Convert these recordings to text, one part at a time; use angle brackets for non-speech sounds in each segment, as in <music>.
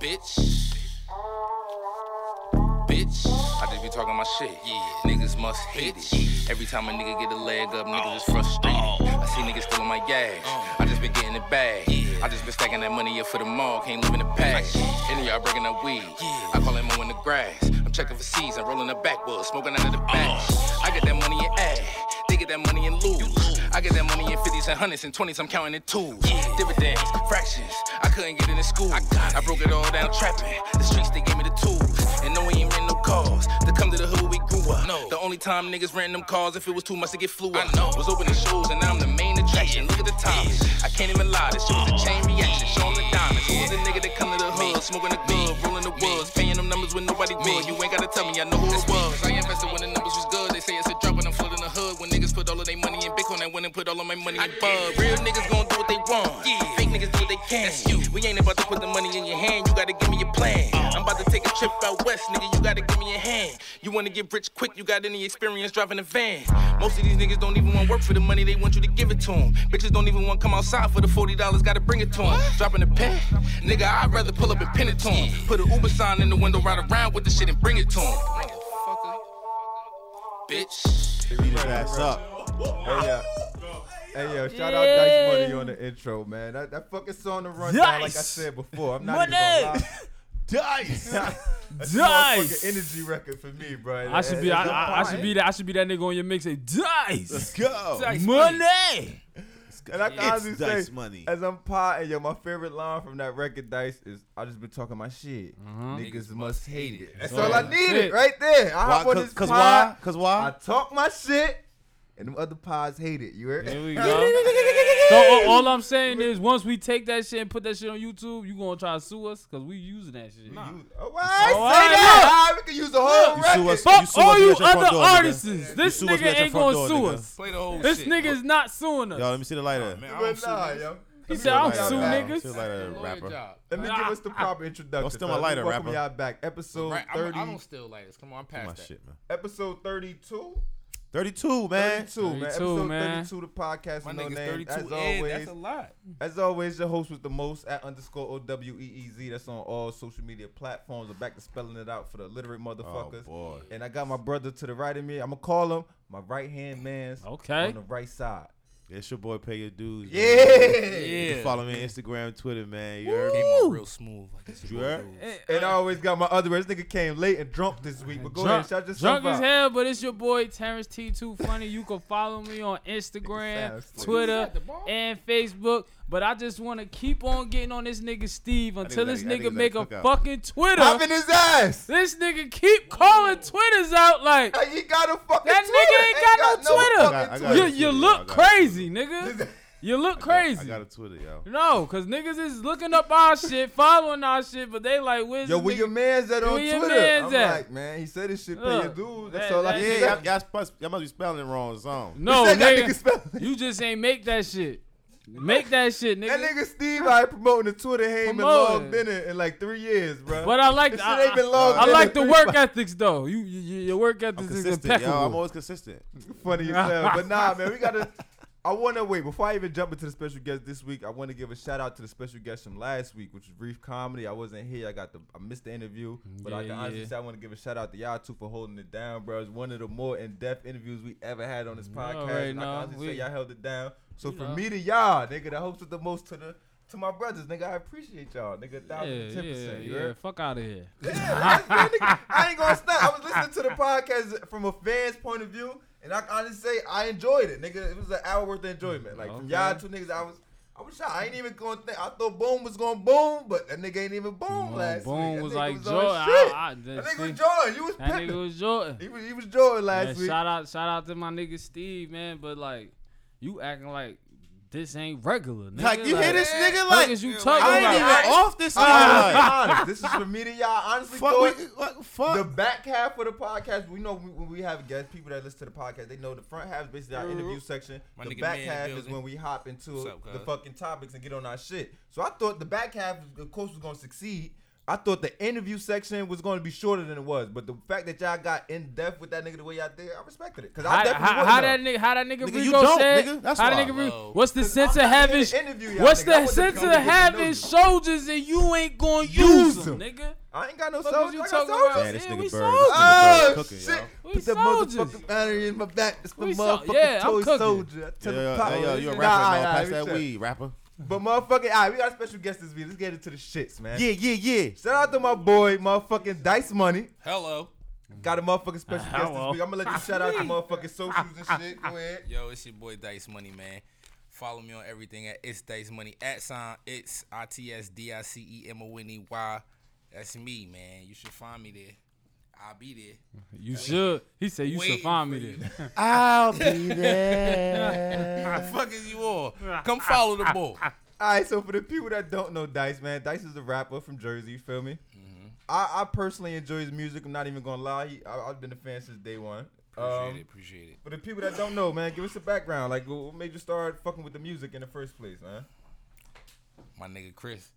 Bitch. Bitch. I just be talking my shit. Yeah. Niggas must hate it. Every time a nigga get a leg up, niggas is frustrated. I see niggas stealing my gas. I just been getting it bag. I just been stacking that money up for the mall. Can't live in the past. Any of y'all breaking up weed. I call him in the grass. I'm checking for seeds. I'm rolling the backwoods. Smoking out of the back. I get that money in ad. They get that money in lose. I get that money in 50s and 100s and 20s. I'm counting in twos. Dividends, fractions. I couldn't get it in school. I, broke it all down trapping. The streets, they gave me the tools. And no, we ain't renting no cars. To come to the hood, we grew up. The only time niggas renting them cars if it was too much to get flew up. I know. Was opening shows and now I'm the main attraction. Look at the time. I can't even lie. This shit was a chain reaction. Show 'em the diamonds. Who was the nigga that come to the hood? Smoking the good, rolling the woods. Paying them numbers when nobody would. You ain't gotta tell me, I know who it was. I invested when the numbers was good. They say it's a drop when I'm flooding the hood. When niggas put all of their money in Bitcoin, I went and put all of my money in bug. Real niggas gon' do what they want. Fake niggas do what they can. We ain't about to put the money in your hand. You gotta give me your plan. I'm about to take a trip out west, nigga. You gotta give me your hand. You wanna get rich quick? You got any experience driving a van? Most of these niggas don't even want work for the money. They want you to give it to them. Bitches don't even want come outside for the forty dollars. Gotta bring it to them. Dropping a pen, nigga. I'd rather pull up and pin it to 'em. Put an Uber sign in the window, ride around with the shit and bring it to them. Bitch. Beat his ass up. Hey, yeah. Hey yo, shout out Yeah. Dice Money on the intro, man. That, that fucking song the rundown, like I Dice said before. I'm not even Money. gonna lie. Dice. That's Dice. motherfucking energy record for me, bro. I should be I, I, I should be that I should be that nigga on your mix. Say dice, Let's <laughs> go. money. And I can It's honestly Dice say, Money. as I'm potting, yo, my favorite line from that record, Dice, is I just been talking my shit. Niggas must hate it. That's all I Mm-hmm. That's needed it. right there. I hop on Why? this Because pod, why? Because I why? talk my shit, and them other pods hate it. You heard? <laughs> There we go. So a- all I'm saying is, once we take that shit and put that shit on YouTube, you gonna try to sue us because we using that shit. You- oh, why I Oh, say why that? Ah, we can use the whole You sue record. us. Fuck sue us all when you you're at your front other door, nigga. artists. This sue us when you're at nigga your ain't front door, gonna sue nigga. us. Play the whole This shit. nigga's not suing us. Yo, let me see the lighter. Man, I don't But sue nah, niggas. yo. he said, Let "I'm me see the suing lighter. Let me niggas." see the lighter, rapper. job. Let me give us the proper introduction. steal my fellas. lighter, Welcome rapper. y'all back. Episode Right, I'm, 30. I don't steal lighters. Come on, I'm My past that. shit, man. episode 32? 32, man. 32, man. 32, Episode man. 32, the podcast My with no nigga's name. 32 As and always, that's a lot. as always, your host with the most at underscore O W E E Z. That's on all social media platforms. I'm back to spelling it out for the literate motherfuckers. Oh, boy. and I got my brother to the right of me. I'm gonna call him my right hand man's Okay. on the right side. It's your boy, Pay Your Dues. man. Yeah. You Yeah. can follow me on Instagram, Twitter, man. You heard me? Came on real smooth. Like this You is heard? real. Eh, And I always got my other. This nigga came late and drunk this week, but go drunk, ahead, shout yourself drunk as out. hell, but it's your boy Terrence T2 Funny. You can follow me on Instagram, Sounds funny. Twitter, Is that the ball? and Facebook. But I just want to keep on getting on this nigga Steve until that- this I think nigga that make a cookout. fucking Twitter. I'm in his ass. this nigga keep calling Twitters out like Like, he got a fucking. that nigga ain't got, no Twitter. I fucking got you a you Twitter, look I got a crazy, nigga. You look I crazy. got a Twitter, yo. No, cause niggas is looking up our shit, following our shit, but they like, where's Yo, this where nigga? your man's at on Where your Twitter? man's I'm at? like, man, he said this shit pay Look, your dues. That's that- all I that- can <laughs> Yeah, y'all, y'all, supposed- y'all must be spelling it wrong or something. No, He said that nigga. nigga spelling- You just ain't make that shit. Make that shit, nigga. That nigga Steve I promoting the Twitter he ain't been Promoting. logged in it in like three years, bro. But I like This the, shit I, ain't been I- logged I in like in the three work months. ethics though. You, you you- your work I'm ethics is consistent, yo. I'm impeccable. always consistent. funny as hell. But nah, man, we <laughs> gotta. I want to wait before I even jump into the special guest this week. I want to give a shout out to the special guest from last week, which was Reef Comedy. I wasn't here. I got the I missed the interview, but I Yeah, can honestly yeah. say I want to give a shout out to y'all two for holding it down, bro. It's one of the more in depth interviews we ever had on this podcast. already and I know. can honestly We- say y'all held it down. So you from know. me to y'all, nigga, the host with the most to the to my brothers, nigga, I appreciate y'all, nigga, a thousand and yeah, ten yeah, percent. you yeah. heard? Fuck out of here. Yeah, that's- man, nigga, I ain't gonna stop. I was listening to the podcast from a fan's point of view, and I can honestly say I enjoyed it, nigga. It was an hour worth of enjoyment. Like from Okay. y'all two niggas, I was, I was shocked. I ain't even gonna think. I thought Boom was gonna boom, but that nigga ain't even boom Boom, last Boom week. That was nigga like on Jordan. shit. I- I- That see, nigga was Jordan. You was That nigga pimping. was Jordan. He was, he was Jordan <laughs> last Man, week. shout out, shout out to my nigga Steve, man. But like, you acting like this ain't regular, nigga. Like, you hear this <laughs> nigga? Fuck Like, is you I talking ain't even about? off this All right, nigga. <laughs> Like, I'm honest. This is for me to y'all. Honestly, fuck, thought- we, what, the fuck. back half of the podcast, we know when we have guests, people that listen to the podcast, they know the front half is basically our interview section. My the nigga back Man in the half is building. when we hop into What's up, the cuz? fucking topics and get on our shit. So I thought the back half, of course, was gonna succeed. I thought the interview section was going to be shorter than it was, but the fact that y'all got in depth with that nigga the way y'all did, I respected it. Cause I How, definitely how, wouldn't how have. that nigga, how that nigga, Nigga, Rico you don't, said, nigga. That's how why. that nigga, Rico- Oh. what's the sense of I'm not here to having, interview y'all, what's nigga. I the wasn't sense of coming to having interview. soldiers and you ain't gonna Use use them, nigga? I ain't got no Fuck is soldiers. you I got talking soldiers. Oh, about? Man, this Yeah, nigga bird- we this soldiers. nigga bird cooking, shit. y'all. We Put that soldiers. motherfucking battery in my back. It's the We sol- motherfucking yeah, I'm toy cooking. soldier. I tell Yeah, the yeah, pop- yeah, you're a Nah, rapper now. nah, nah, Pass we that chill. weed, rapper. But motherfucking, all right, we got a special guest this week. Let's get into the shits, man. Yeah, yeah, yeah. Shout out to my boy, motherfucking Dice Money. Hello. Got a motherfucking special guest this Hello. week. I'm gonna let you shout out your motherfucking socials and shit. Go ahead. Yo, it's your boy Dice Money, man. Follow me on everything at It's Dice Money at sign It's I T S D I C E M O N E Y. That's me, man. You should find me there. I'll be there. You should. He said you should Waiting find for me you. there. I'll be there. How the fuck is you all? Come follow the ball. All right, so for the people that don't know Dice, man, Dice is a rapper from Jersey. You feel me? I, I personally enjoy his music. I'm not even gonna lie. He, I, I've been a fan since day one. Appreciate Um, it. Appreciate it. for the people that don't know, man, give us a background. Like, wh- what made you start fucking with the music in the first place, man? My nigga Chris.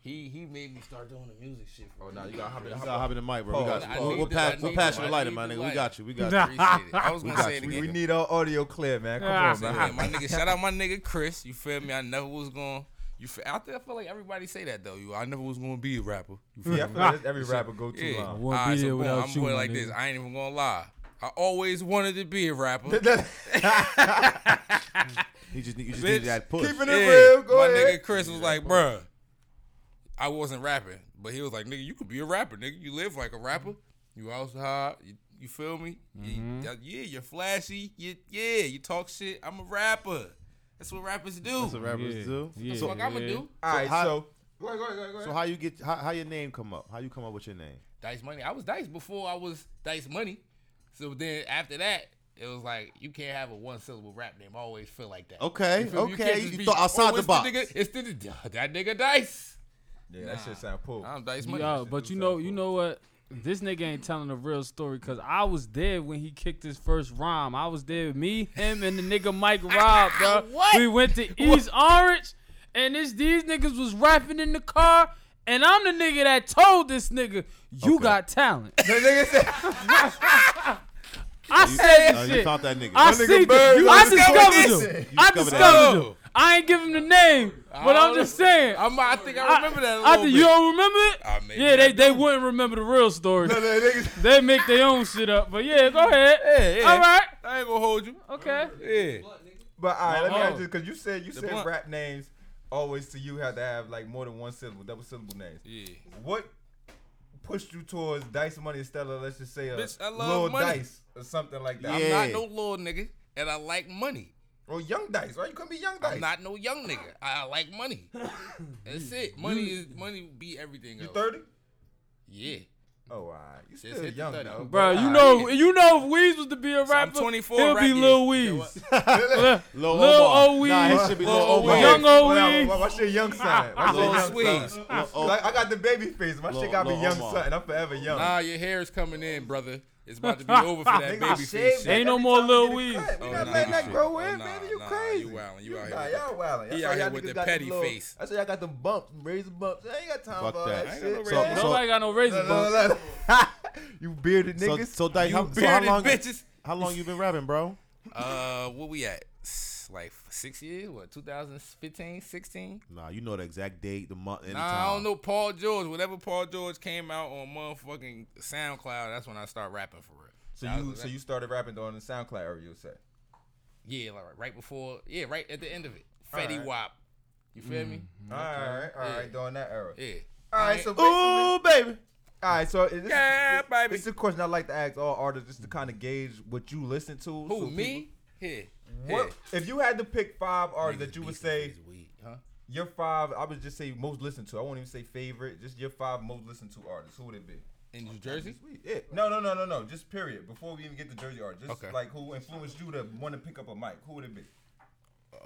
He he made me start doing the music shit. Oh, nah, you gotta hop in. You Hop gotta hop in the mic, bro. We Pause, got, pause. we'll, we'll, pass, we'll pass you the lighter, my nigga. We got you. We got you. Appreciate it. I was We gonna got say it you. again. <laughs> We need our audio clear, man. Come Yeah. on, So, man. yeah, my nigga, shout out my nigga Chris. You feel me? I never was going. You feel, out there? I feel like everybody say that though. You, I never was going to be a rapper. You feel Yeah, I me? feel like that's every rapper go to Yeah. <laughs> line. wouldn't be Alright, here so boom, without I'm you, going my like nigga. this. I ain't even gonna lie. I always wanted to be a rapper. He just, need- you Bitch, just needed that push. Keeping it real, go my ahead. nigga Chris was like, bruh, I wasn't rapping, but he was like, nigga, you could be a rapper, nigga. You live like a rapper. You also high. You, you feel me? You- Mm-hmm. yeah, yeah, you're flashy. You, yeah, you talk shit. I'm a rapper. That's what rappers do. That's what rappers Yeah. do. Yeah. That's So, what I'ma do. All right, how- so. Go ahead, go ahead, go ahead, go so ahead. how you get how, how your name come up? How you come up with your name? Dice Money. I was Dice before I was Dice Money. So then after that, it was like you can't have a one syllable rap name. I always feel like that. Okay, You feel me? okay. can't just You be, thought outside the it's box." nigga, it's the, that nigga Dice. Yeah, that shit sound poor. I'm Dice Money. Yo, but you know, you know what? This nigga ain't telling the real story because I was there when he kicked his first rhyme. I was there with me, him, and the nigga Mike Rob, bro. What? We went to East Orange, and this these niggas was rapping in the car, and I'm the nigga that told this nigga, "You Okay. got talent." The nigga said, I said Uh, this you shit. found that nigga. I That nigga- see. Bird You, was I discovered discovered this. him. You I discovered that. discovered Oh. him. I ain't give him the name, but I'm just saying. I'm, I think I remember that. A little I think bit. you don't remember it. I mean, yeah, I they, they wouldn't remember the real story. the nigga said, They make their own shit up. But yeah, go ahead. Yeah, yeah. All right. I ain't gonna hold you. Okay. Yeah. but all right, let me Uh-oh. ask you, because you said, you said blunt. rap names always to you have to have like more than one syllable, double syllable names. Yeah. What pushed you towards Dice Money instead of, let's just say, a Bitch, I love Lil money. Dice or something like that? I'm Yeah. not no little nigga, and I like money. Or Young Dice, right? You couldn't be Young Dice. I'm not no young nigga. I, I like <laughs> money. That's it. Money is money be everything. you else. 30? Yeah. Oh, all right. You Just still hit the young, 30. though. Bro, you All know yeah. you know if Weez was to be a So I'm rapper, 24 he'll rap be years. Lil You know Weez. what? Lil Omar. O Weez. Nah, his should be Lil Lil O Omar. Weez. Young O E. Well, I- Weez. well, What's your young <laughs> son? What's your Lil young Squeeze. son? Lil Oh. O- Like, I got the baby face. My Lil- shit got me Lil young Omar. son. I'm forever young. Nah, Ah, your hair is coming in, brother. It's about to be over for <laughs> that Nigga, baby shave face that shit. Ain't no every more time Lil we get a Weez. cut. We Oh, not nah, letting you that shit. grow Oh, in, nah, baby. You nah, crazy. you wildin', you out here nah, with y'all wildin'. he That's why out here y'all with niggas the got them petty little- face. That's why y'all got the bumps, razor bumps. I ain't got time Fuck for all that. that, I ain't shit. no So- razor so- <laughs> Nobody got no <laughs> razor look, bumps. look, look. <laughs> you bearded So, niggas. so, Dyke, You how, so how bearded long? bitches. How long you been rapping, bro? Uh, what we at? S- Like six years? What? 2015, 16? Nah, you know the exact date, the month, and the time. Nah, I don't know Paul George. Whatever Paul George came out on motherfucking SoundCloud, that's when I start rapping for real. so That you was- so you started rapping on the SoundCloud area, you say? yeah, like right before, yeah, right at the end of it, Alright. Mm-hmm. Fetty Wap. You feel me? All right, all Yeah. right, during that era. Yeah. All I right, ain't- so Ooh, basically, baby. all right, so it- this, Yeah, this, baby. It's a question I like to ask all artists just to kind of gauge what you listen to. who so me? Here, people- what if you had to pick five artists that you would say huh? your five? I would just say most listened to. I won't even say favorite. Just your five most listened to artists. Who would it be? In New Jersey? Sweet. Yeah. No, no, no, no, no. Just period. Before we even get to Jersey artists, just Okay. like who influenced you to want to pick up a mic? Who would it be? Uh,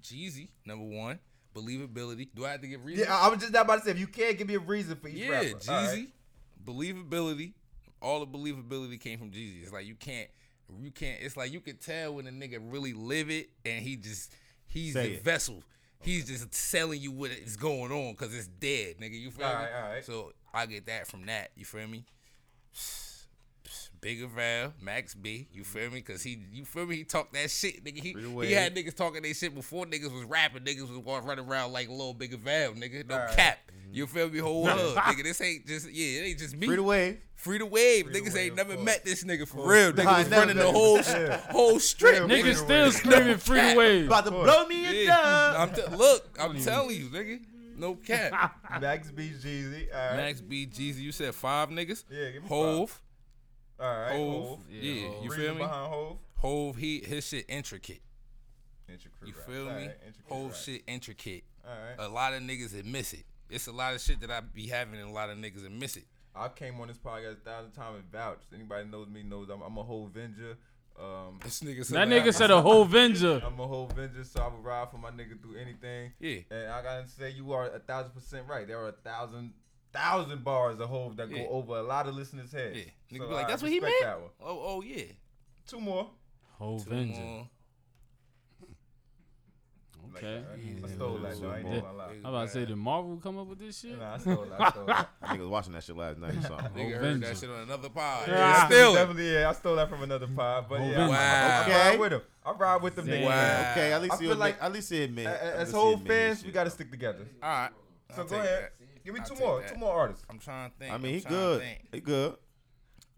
Jeezy, number one. Believability. Do I have to give reasons? Yeah, I I was just not about to say if you can't give me a reason for each Yeah, rapper. Jeezy, <laughs> All right. believability. All the believability came from Jeezy. It's like you can't, you can't. It's like you could tell when a nigga really live it, and he just he's Say the it. vessel. He's just selling you what is going on because it's dead, nigga. You feel Alright, me? alright. So I get that from that. You feel me? Bigger Val, Max B, you feel me? Cause he, you feel me? He talked that shit, nigga. He, Freeway. he had niggas talking their shit before niggas was rapping. Niggas was going running around like little Bigger Val, nigga. No Alright. cap. You feel me? Whole hub, nigga. This ain't just yeah, it ain't just me. Free the wave. Free the wave. the niggas wave, ain't of never course. met this nigga for real. Nigga was never running the met whole Yeah. whole strip. Yeah, nigga. Niggas still screaming free the wave. About to blow me in Yeah. I'm t- look, I'm telling you, nigga. No cap. Max B Jeezy. All right. Max B, Jeezy, you said five niggas. Yeah, give me five. Hove, All right. Hove, Hove. yeah, you Reason feel me? Behind Hove. Hove, he his shit intricate. Intricate You rap. feel All me? right, intricate Whole rap. shit intricate. All right. A lot of niggas that miss it. It's a lot of shit that I be having, and a lot of niggas that miss it. I came on this podcast a thousand times and vouched. Anybody knows me knows I'm, I'm a whole venger. Um, This nigga said That I- nigga said a whole venger. I'm a whole venger, so I would ride for my nigga through anything. Yeah. And I gotta say, you are a thousand percent right. There are a thousand, thousand bars of Hove that Yeah. go over a lot of listeners' heads. Yeah. Nigga So be like, I that's what he respect meant. that one. Oh, oh yeah. Two more. Whole Two venger. more. Okay. Like, I stole that, though. I ain't Yeah. gonna lie. I'm about to say, did Marvel come up with this shit? Nah, I stole that. I stole that. I was watching that shit last night or <laughs> something. Nigga heard Venger. that shit on another pod. <laughs> Yeah. Yeah, Yeah, still. it. definitely. Yeah, I stole that from another pod, but yeah, Wow. I, I, I Okay. ride with him. I ride with them. niggas. Wow. Wow. Okay, at I least feel you admit, like- at least he admit. A- at a- least As he whole admit his fans, shit, we gotta bro. stick together. All right. So I'll go take ahead. that. Give me I'll two take more. that. Two more artists. I'm trying to think. I mean, I'm he trying to good. think. He good.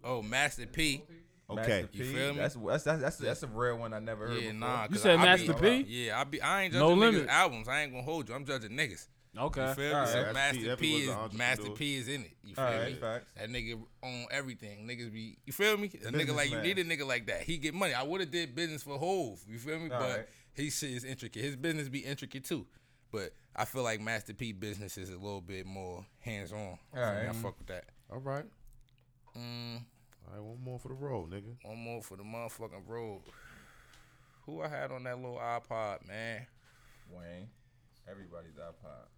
Oh, Master P. Okay. Master You P, feel me? That's that's that's that's, that's a rare one I never heard Yeah, before. nah. You 'cause said I- I Master be- P? Yeah, I be. I ain't No judging niggas' limit. albums. I ain't gonna hold you. I'm judging niggas. You Okay. feel me? Alright. So P, That's Master that P was is an entrepreneur. Master P is in it. You feel Alright, me? facts. That nigga own everything. Niggas be. You feel me? A nigga like you Businessman. need a nigga like that. He get money. I would have did business for Hove. You feel me? but Alright. his shit is intricate. His business be intricate too. But I feel like Master P business is a little bit more hands on. I Alright. fuck with that. All right. Mm. All right, one more for the road, nigga. One more for the motherfucking road. Who I had on that little iPod, man? Wayne, everybody's iPod.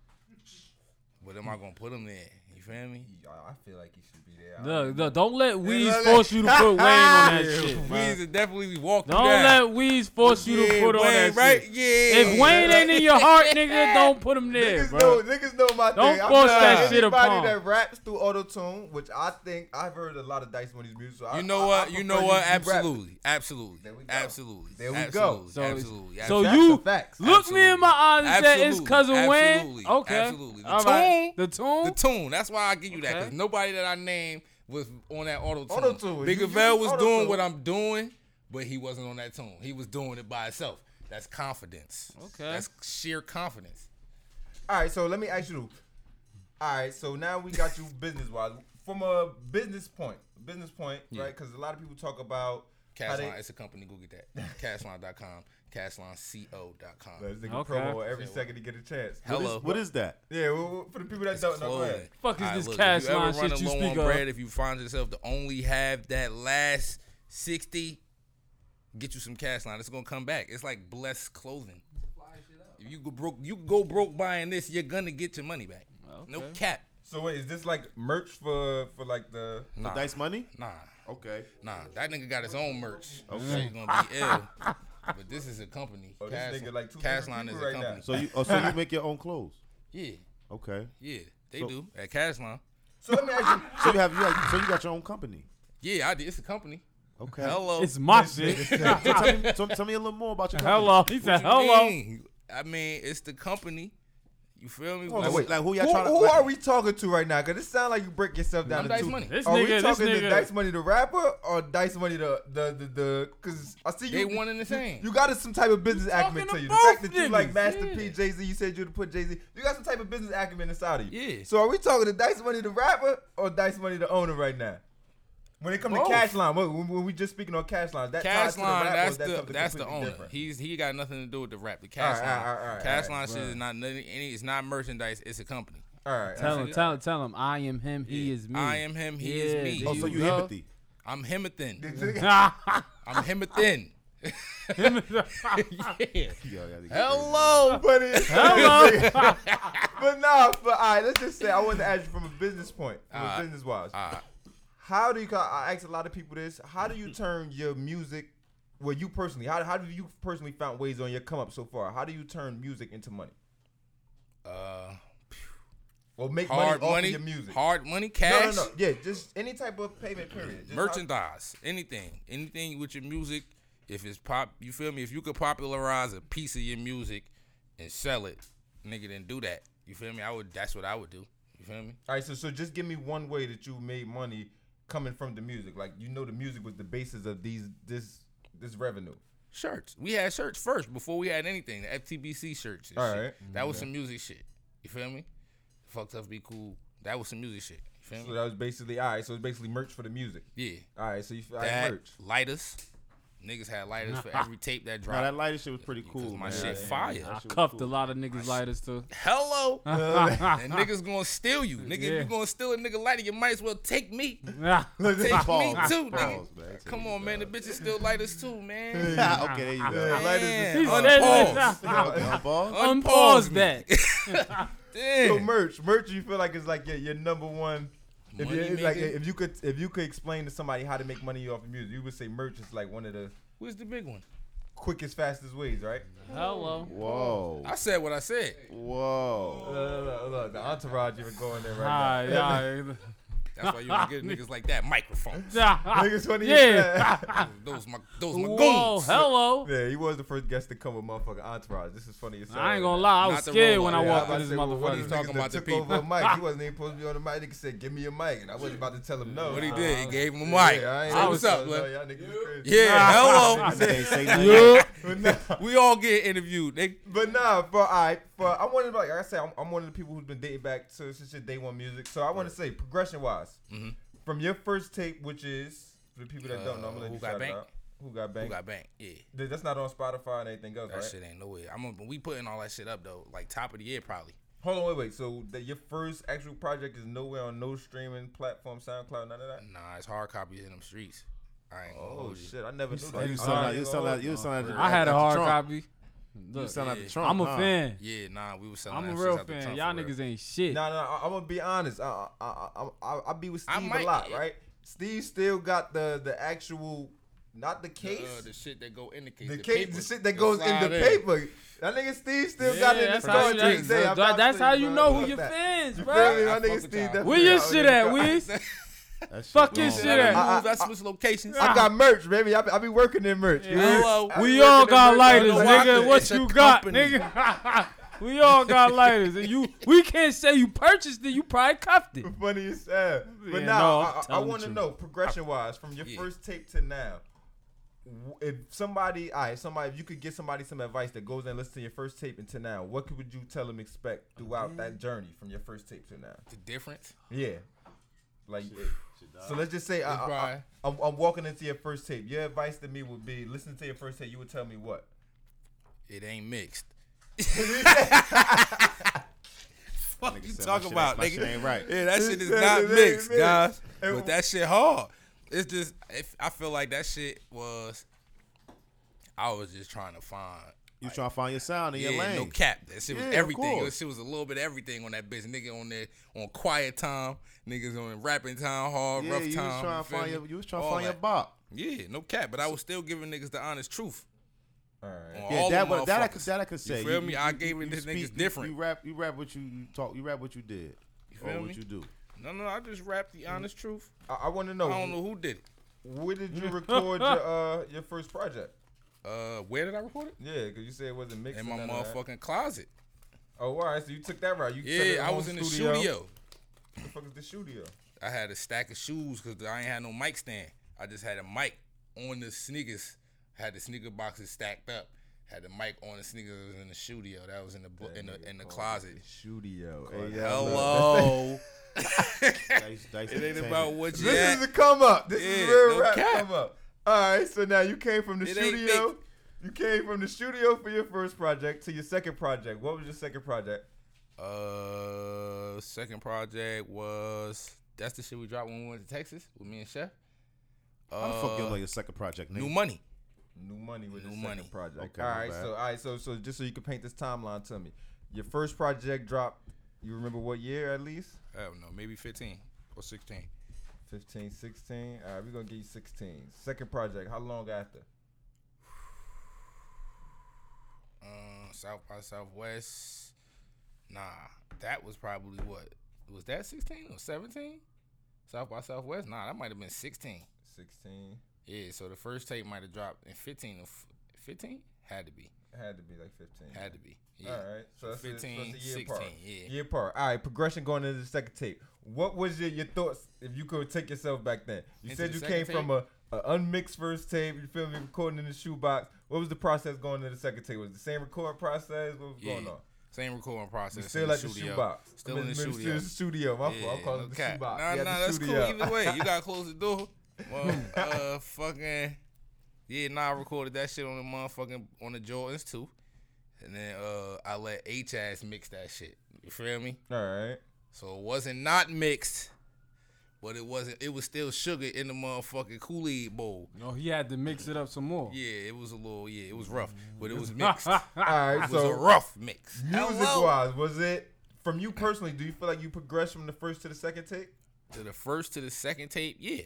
What am I gonna put him there? You feel me? He- I I feel like he should be there. Look, look, don't let Weez look, force you to put Wayne on that Yeah, shit. Weezy definitely walked Don't let Weez force you to put on that right? shit. Yeah. If Wayne ain't in your heart, nigga, don't put him there, Niggas bro. know, niggas know my Don't thing. I'm force not- that shit anybody upon. that raps through auto tune, which I think I've heard a lot of Dice Money's music. So I, you know I- what? I you know prefer what? you rap. Absolutely, absolutely, There we go. absolutely. There we go. Absolutely. So, absolutely. so absolutely. Facts Oh, you are facts. look me in my eyes and say it's Absolutely. cousin Wayne. Absolutely. Okay, Absolutely. The All right. tune- the tune, the tune. That's why I give you that. Okay. Cause nobody that I named was on that auto tune. Auto-tune. Big You Val use was auto-tune. doing what I'm doing, but he wasn't on that tune. He was doing it by himself. That's confidence. Okay. That's sheer confidence. All right, so let me ask you. All right, so now we <laughs> got you business wise from a business point, business point, Yeah. right? Because a lot of people talk about how they. <laughs> Cashline, it's a company. Go get that. Cashline.com. Cashlineco.com. Let's nigga Okay. promo every second to get a chance. Hello. What is that? Yeah, well, well, for the people that don't know. go ahead. Fuck is Alright, this look, cash if you ever line running shit you low speak on of? bread, if you find yourself to only have that last 60, get you some cash line. It's going to come back. It's like blessed clothing. If you go broke, you go broke buying this, you're going to get your money back. No Okay. cap. So wait, is this like merch for for like the? Nah, Dice money? nah, Okay. nah. That nigga got his own merch. Shit going to be ill. But this is a company. Oh, this Cash- nigga like two Cash different line is a people right now. company. So you, oh, so <laughs> you make your own clothes? Yeah, Okay. yeah. They So- do. At Cash line. So let me ask So you have, you have, so you got your own company. Yeah, I did. It's a company. Okay. Hello. It's my shit. <laughs> So tell, me, so tell me a little more about your company. <laughs> Hello, he said What you hello. mean? I mean, it's the company. You feel me? you. Like, Like, wait, like who who, y'all trying to? who like, are we talking to right now? Cause it sounds like you break yourself down I'm to Dice two. Money. This Are we nigga, this talking to nigga. Dice Money the rapper or Dice Money the the the? the Cause I see you. They one and the same. You got some type of business talking acumen to to you. The fact both that you like niggas, Master yeah. P, Jay Z, you said you'd put Jay Z. You got some type of business acumen inside of you. Yeah. So are we talking to Dice Money the rapper or Dice Money the owner right now? When it comes Both. to cash line, when, when when we just speaking on cash lines, that ties Cash to the rapper, line, or that's that's the something that's the completely owner. different? He's he got nothing to do with the rap. The cash Alright, line, alright, alright, cash line alright, shit is not nothing. Any, it's not merchandise. It's a company. All right. Tell him, tell him, tell him. I am him. He Yeah. is me. I <laughs> am him. He is Yeah, me. there Oh, so you you go. empathy. I'm him a thin. <laughs> Nigga, Ah, I'm him a thin. yeah. Yo, yeah, they- Hello. but it- hello. <laughs> but nah, but all right, let's just say I wanted to ask you from a business point, from Alright. a business wise. Alright. How do you? 'cause I ask a lot of people this. How do you turn your music? Well, you personally, how how do you personally found ways on your come up so far? How do you turn music into money? Or make Uh, hard money, off money, of your music. hard money, no, cash, no, no. Yeah, just any type of payment period. Just merchandise, anything, anything with your music. If it's pop, you feel me? If you could popularize a piece of your music and sell it, nigga, then do that. You feel me? I would. That's what I would do. You feel me? All right, so so just give me one way that you made money coming from the music. Like you know, the music was the basis of these this this revenue. Shirts. We had shirts first before we had anything. The FTBC shirts. And All shit. right. That was some music shit. You feel me? Fucked up, be cool. That was some music shit. You So feel me? that was basically all right. So it's basically merch for the music. Yeah. All right, so you all right, That merch. lighters. Niggas had lighters for <laughs> every tape that Nah, dropped. that lighter shit was pretty Because cool. my man. shit <laughs> Yeah, fire. yeah, that I shit was Cuffed a cool. lot of niggas <laughs> lighters too. <laughs> Hello. <laughs> and niggas gonna steal you, nigga. If Yeah. you gonna steal a nigga lighter, you might as well take me. Take Pause, me too, pause, nigga. man. Come on, man. The bitches still lighters too, man. <laughs> okay, there you go. Man, He said unpause. that. Yeah, boss. Unpause <laughs> Unpause me. <laughs> that. So Damn. merch, merch. You feel like it's like your, your number one. If you, Money it's like making- if you could if you could explain to somebody how to make money off of music, you would say merch is like one of the Where's the big one? quickest, fastest ways, right? Hello. Whoa, I said what I said. whoa. Look, look, look, the entourage even going there right Alright, <laughs> alright. That's why you don't get niggas like that microphones. now. <laughs> Niggas funny. Yeah. <laughs> Those my those my Whoa, goons. hello. Yeah, he was the first guest to come with motherfucking entourage. This is funny. as hell I ain't right now. gonna lie, I Not was the scared robot. when I Yeah, Yeah, I was walked about to in this say, well, one of motherfucker. these Talking niggas about that the took people. over a mic. <laughs> He wasn't even supposed to be on the mic. Nigga said, "Give me a mic," and I wasn't about to tell him no. What he did, he gave him a Yeah, mic. I ain't Say what's up, no, Lil? y'all niggas is crazy. Yeah, hello. Niggas can't say nothing. <laughs> But nah, <laughs> We all get interviewed. They, but nah, for I, for I'm one of the, like I said, I'm, I'm one of the people who's been dating back to since your day one music. So I want to say progression wise, Mm-hmm. from your first tape, which is for the people that don't know, I'm Uh, gonna let Who you Got shout it Bank? out. Who got who bank? got banked? Yeah, Th- That's not on Spotify and anything else, that right? shit ain't no way. I'm gonna, we putting all that shit up though, like top of the year probably. Hold on, wait, wait. So that your first actual project is nowhere on no streaming platform, SoundCloud, none of that. Nah, it's hard copies in them streets. I ain't gonna Oh hold you. shit, I never knew Oh, that. You All sound right, like you go sound on. like you sound like I had a hard Trump. copy. You Look, sound like the yeah. Trump. I'm a huh? fan. Yeah, nah, we was selling. I'm a that shit real out the fan. trunk Y'all for real. niggas ain't shit. No, no, I, I'm gonna be honest. I, I, I, I, I be with I Steve might- a lot, right? Steve still got the the actual, not the case, Uh, the shit that go in the case. the, case, paper. the shit that Just goes in slide the paper. That nigga Steve still Yeah, got it in the that's how store you- to this day. that's- I'm not that's how kidding, you bro. know Fuck who your that. fans, You feel me? bro. I My fuck nigga with Steve y'all. definitely Where your got it in shit the at, store. Wiz? That shit Fuck your gone. shit I done at? moved, I switched locations. I got merch, baby. I be, I be working in merch. you hear me? Hello. I be We working all in got merch. lighters, no nigga. rocket. What It's a you got, company. nigga? <laughs> we all got lighters, and you we can't say you purchased it. You probably cuffed it. Funny as hell. But Yeah, now no, I'm I- I, I telling the want to truth. know progression wise from your Yeah. first tape to now. w- If somebody, all right, somebody, if you could give somebody some advice that goes and listens to your first tape until now, what could would you tell them expect throughout that journey from your first tape to now? The difference. Yeah, like so. Let's just say I, It's I, right. am I'm walking into your first tape. Your advice to me would be listen to your first tape. You would tell me what? It ain't <laughs> mixed. Nigga Fuck you said, "My talking shit- about, my shit nigga? ain't right. <laughs> Yeah, that shit is said it not ain't mixed, mixed. guys. And- But that shit hard. It's just, if, I feel like that shit was. I was just trying to find. You trying to find your sound in Yeah, your lane? no cap. That shit was Yeah, of everything. That course. shit was a little bit of everything on that bitch. Nigga on there on quiet time. Niggas on rapping time, hard, yeah, rough you time. was trying to feel find me? your you was trying to All find your that. bop. Yeah, no cap. But I was still giving niggas the honest truth. All right. on Yeah, all that them what that I could motherfuckers. that I could say. You feel me? I gave it you this niggas speak- different. You, you rap you rap what you, you talk you rap what you did. feel or me? what you do. No, no, I just rapped the honest truth. I, I want to Oh. know, I don't know who did it. where did <laughs> you record your uh your first project? Uh, where did I record it? Yeah, because you said it wasn't mixed. In my none of that. motherfucking closet. Oh, all right. So you took that route. You set it Yeah, I home was in the studio. What the fuck is the studio? I had a stack of shoes because I ain't had no mic stand. I just had a mic on the sneakers. I had the sneaker boxes stacked up. Had the mic on the sneakers. It was in the studio. That was in the bu- in the in the closet. Studio. <laughs> Hello. Dice, dice It ain't about what you. This at. is a come up. This Yeah, is real no rap cap. come up. All right. So now you came from the It ain't studio. You came from the studio for your first project to your second project. What was your second project? Uh, second project was that's the shit we dropped when we went to Texas with me and Chef. Uh, How the fuck you don't know your second project, nigga? new money. New money with New the Money. second project. Okay, all my right. bad. So all right. So so just so you can paint this timeline to me, your first project dropped. You remember what year at least? I don't know, maybe fifteen or sixteen. 15, 16. All right, we're going to give you 16. Second project, how long after? Uh, Um, South by Southwest. Nah, that was probably what was that 16 or 17? South by Southwest? Nah, that might have been 16. 16. Yeah, so the first tape might have dropped in 15 or f- 15? Had to be. It had to be like 15. Had to be. Yeah. All right. So that's 15, 15, the, year 16, part. yeah. Year part. All right. Progression going into the second tape. What was your, your thoughts if you could take yourself back then? You Into said the you came second from a, a unmixed first tape. You feel me? Recording in the shoebox. What was the process going to the second tape? Was it the same recording process? What was Yeah. going on? Same recording process. You in still at the studio. shoebox. Still I in mean, the maybe studio. Still the studio. My fault. I'm calling no it the cap. shoebox. Nah, Yeah, the nah, that's cool. studio. Either way, you gotta close the door. Well, uh, fucking yeah. Nah, I recorded that shit on the motherfucking on the Jordans too, and then uh, I let H ass mix that shit. You feel me? <laughs> All right. So it wasn't not mixed, but it wasn't. It was still sugar in the motherfucking Kool Aid bowl. No, he had to mix it up some more. Yeah, it was a little. Yeah, it was rough, but <laughs> it was <laughs> mixed. it All right. was a So rough mix. music Hello. wise, was it from you personally? Do you feel like you progressed from the first to the second tape? To the first to the second tape, yeah.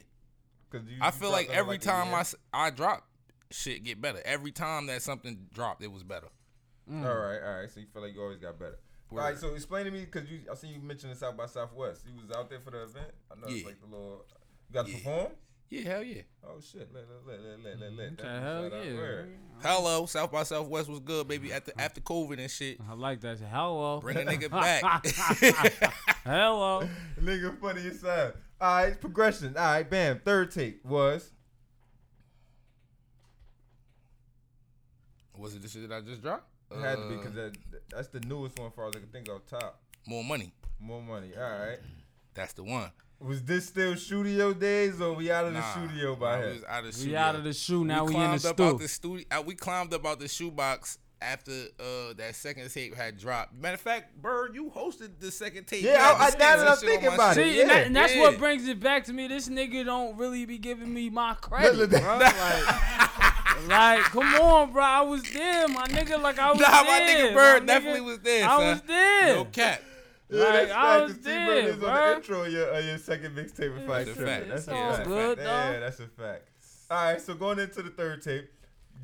Because I feel like every time I, s- I drop, shit get better. Every time that something dropped, it was better. Mm. All right, all right. So you feel like you always got better. All right. Word. So explain to me because you I see you mentioned the South by Southwest. You was out there for the event. I know it's Yeah. like the little. You got to perform. Yeah, hell yeah. Oh shit! Let let let let let let. Okay, Mm-hmm. hell yeah. Hello, South by Southwest was good, baby. After after COVID and shit, I like that. shit. Hello. bring a nigga back. Hello. Nigga, funny inside. All right, progression. All right, bam. Third tape was <laughs> was it the shit that I just dropped? it had to be because Uh, that, that's the newest one for as I can think off top. more money. More money. All right. That's the one. Was this still studio days or we out of the Nah, studio by nah, here? we was out of the We studio. out of the shoe. Now we, in the climbed up out stool. the studio. uh, We climbed up out the shoebox after uh, that second tape had dropped. Matter of fact, Bird, you hosted the second tape. Yeah, You had I- I- the now that I'm skits and shit on thinking my about it. shit. See, and, that, Yeah, and that's yeah. what brings it back to me. This nigga don't really be giving me <laughs> my credit, Listen, <laughs> bro. Like, like, come on, bro. I was there, my nigga. Like, <laughs> I was Nah, my there. nigga Bird my definitely nigga. was there, I son. was there. No cap. Yeah, Like, that's I fact, was 'cause there, T-Bird is on bruh. the intro of your, of your second mixtape with a Five fact. Trippin. That's It's a all fact. good, yeah, dog. that's a fact. All right, so going into the third tape,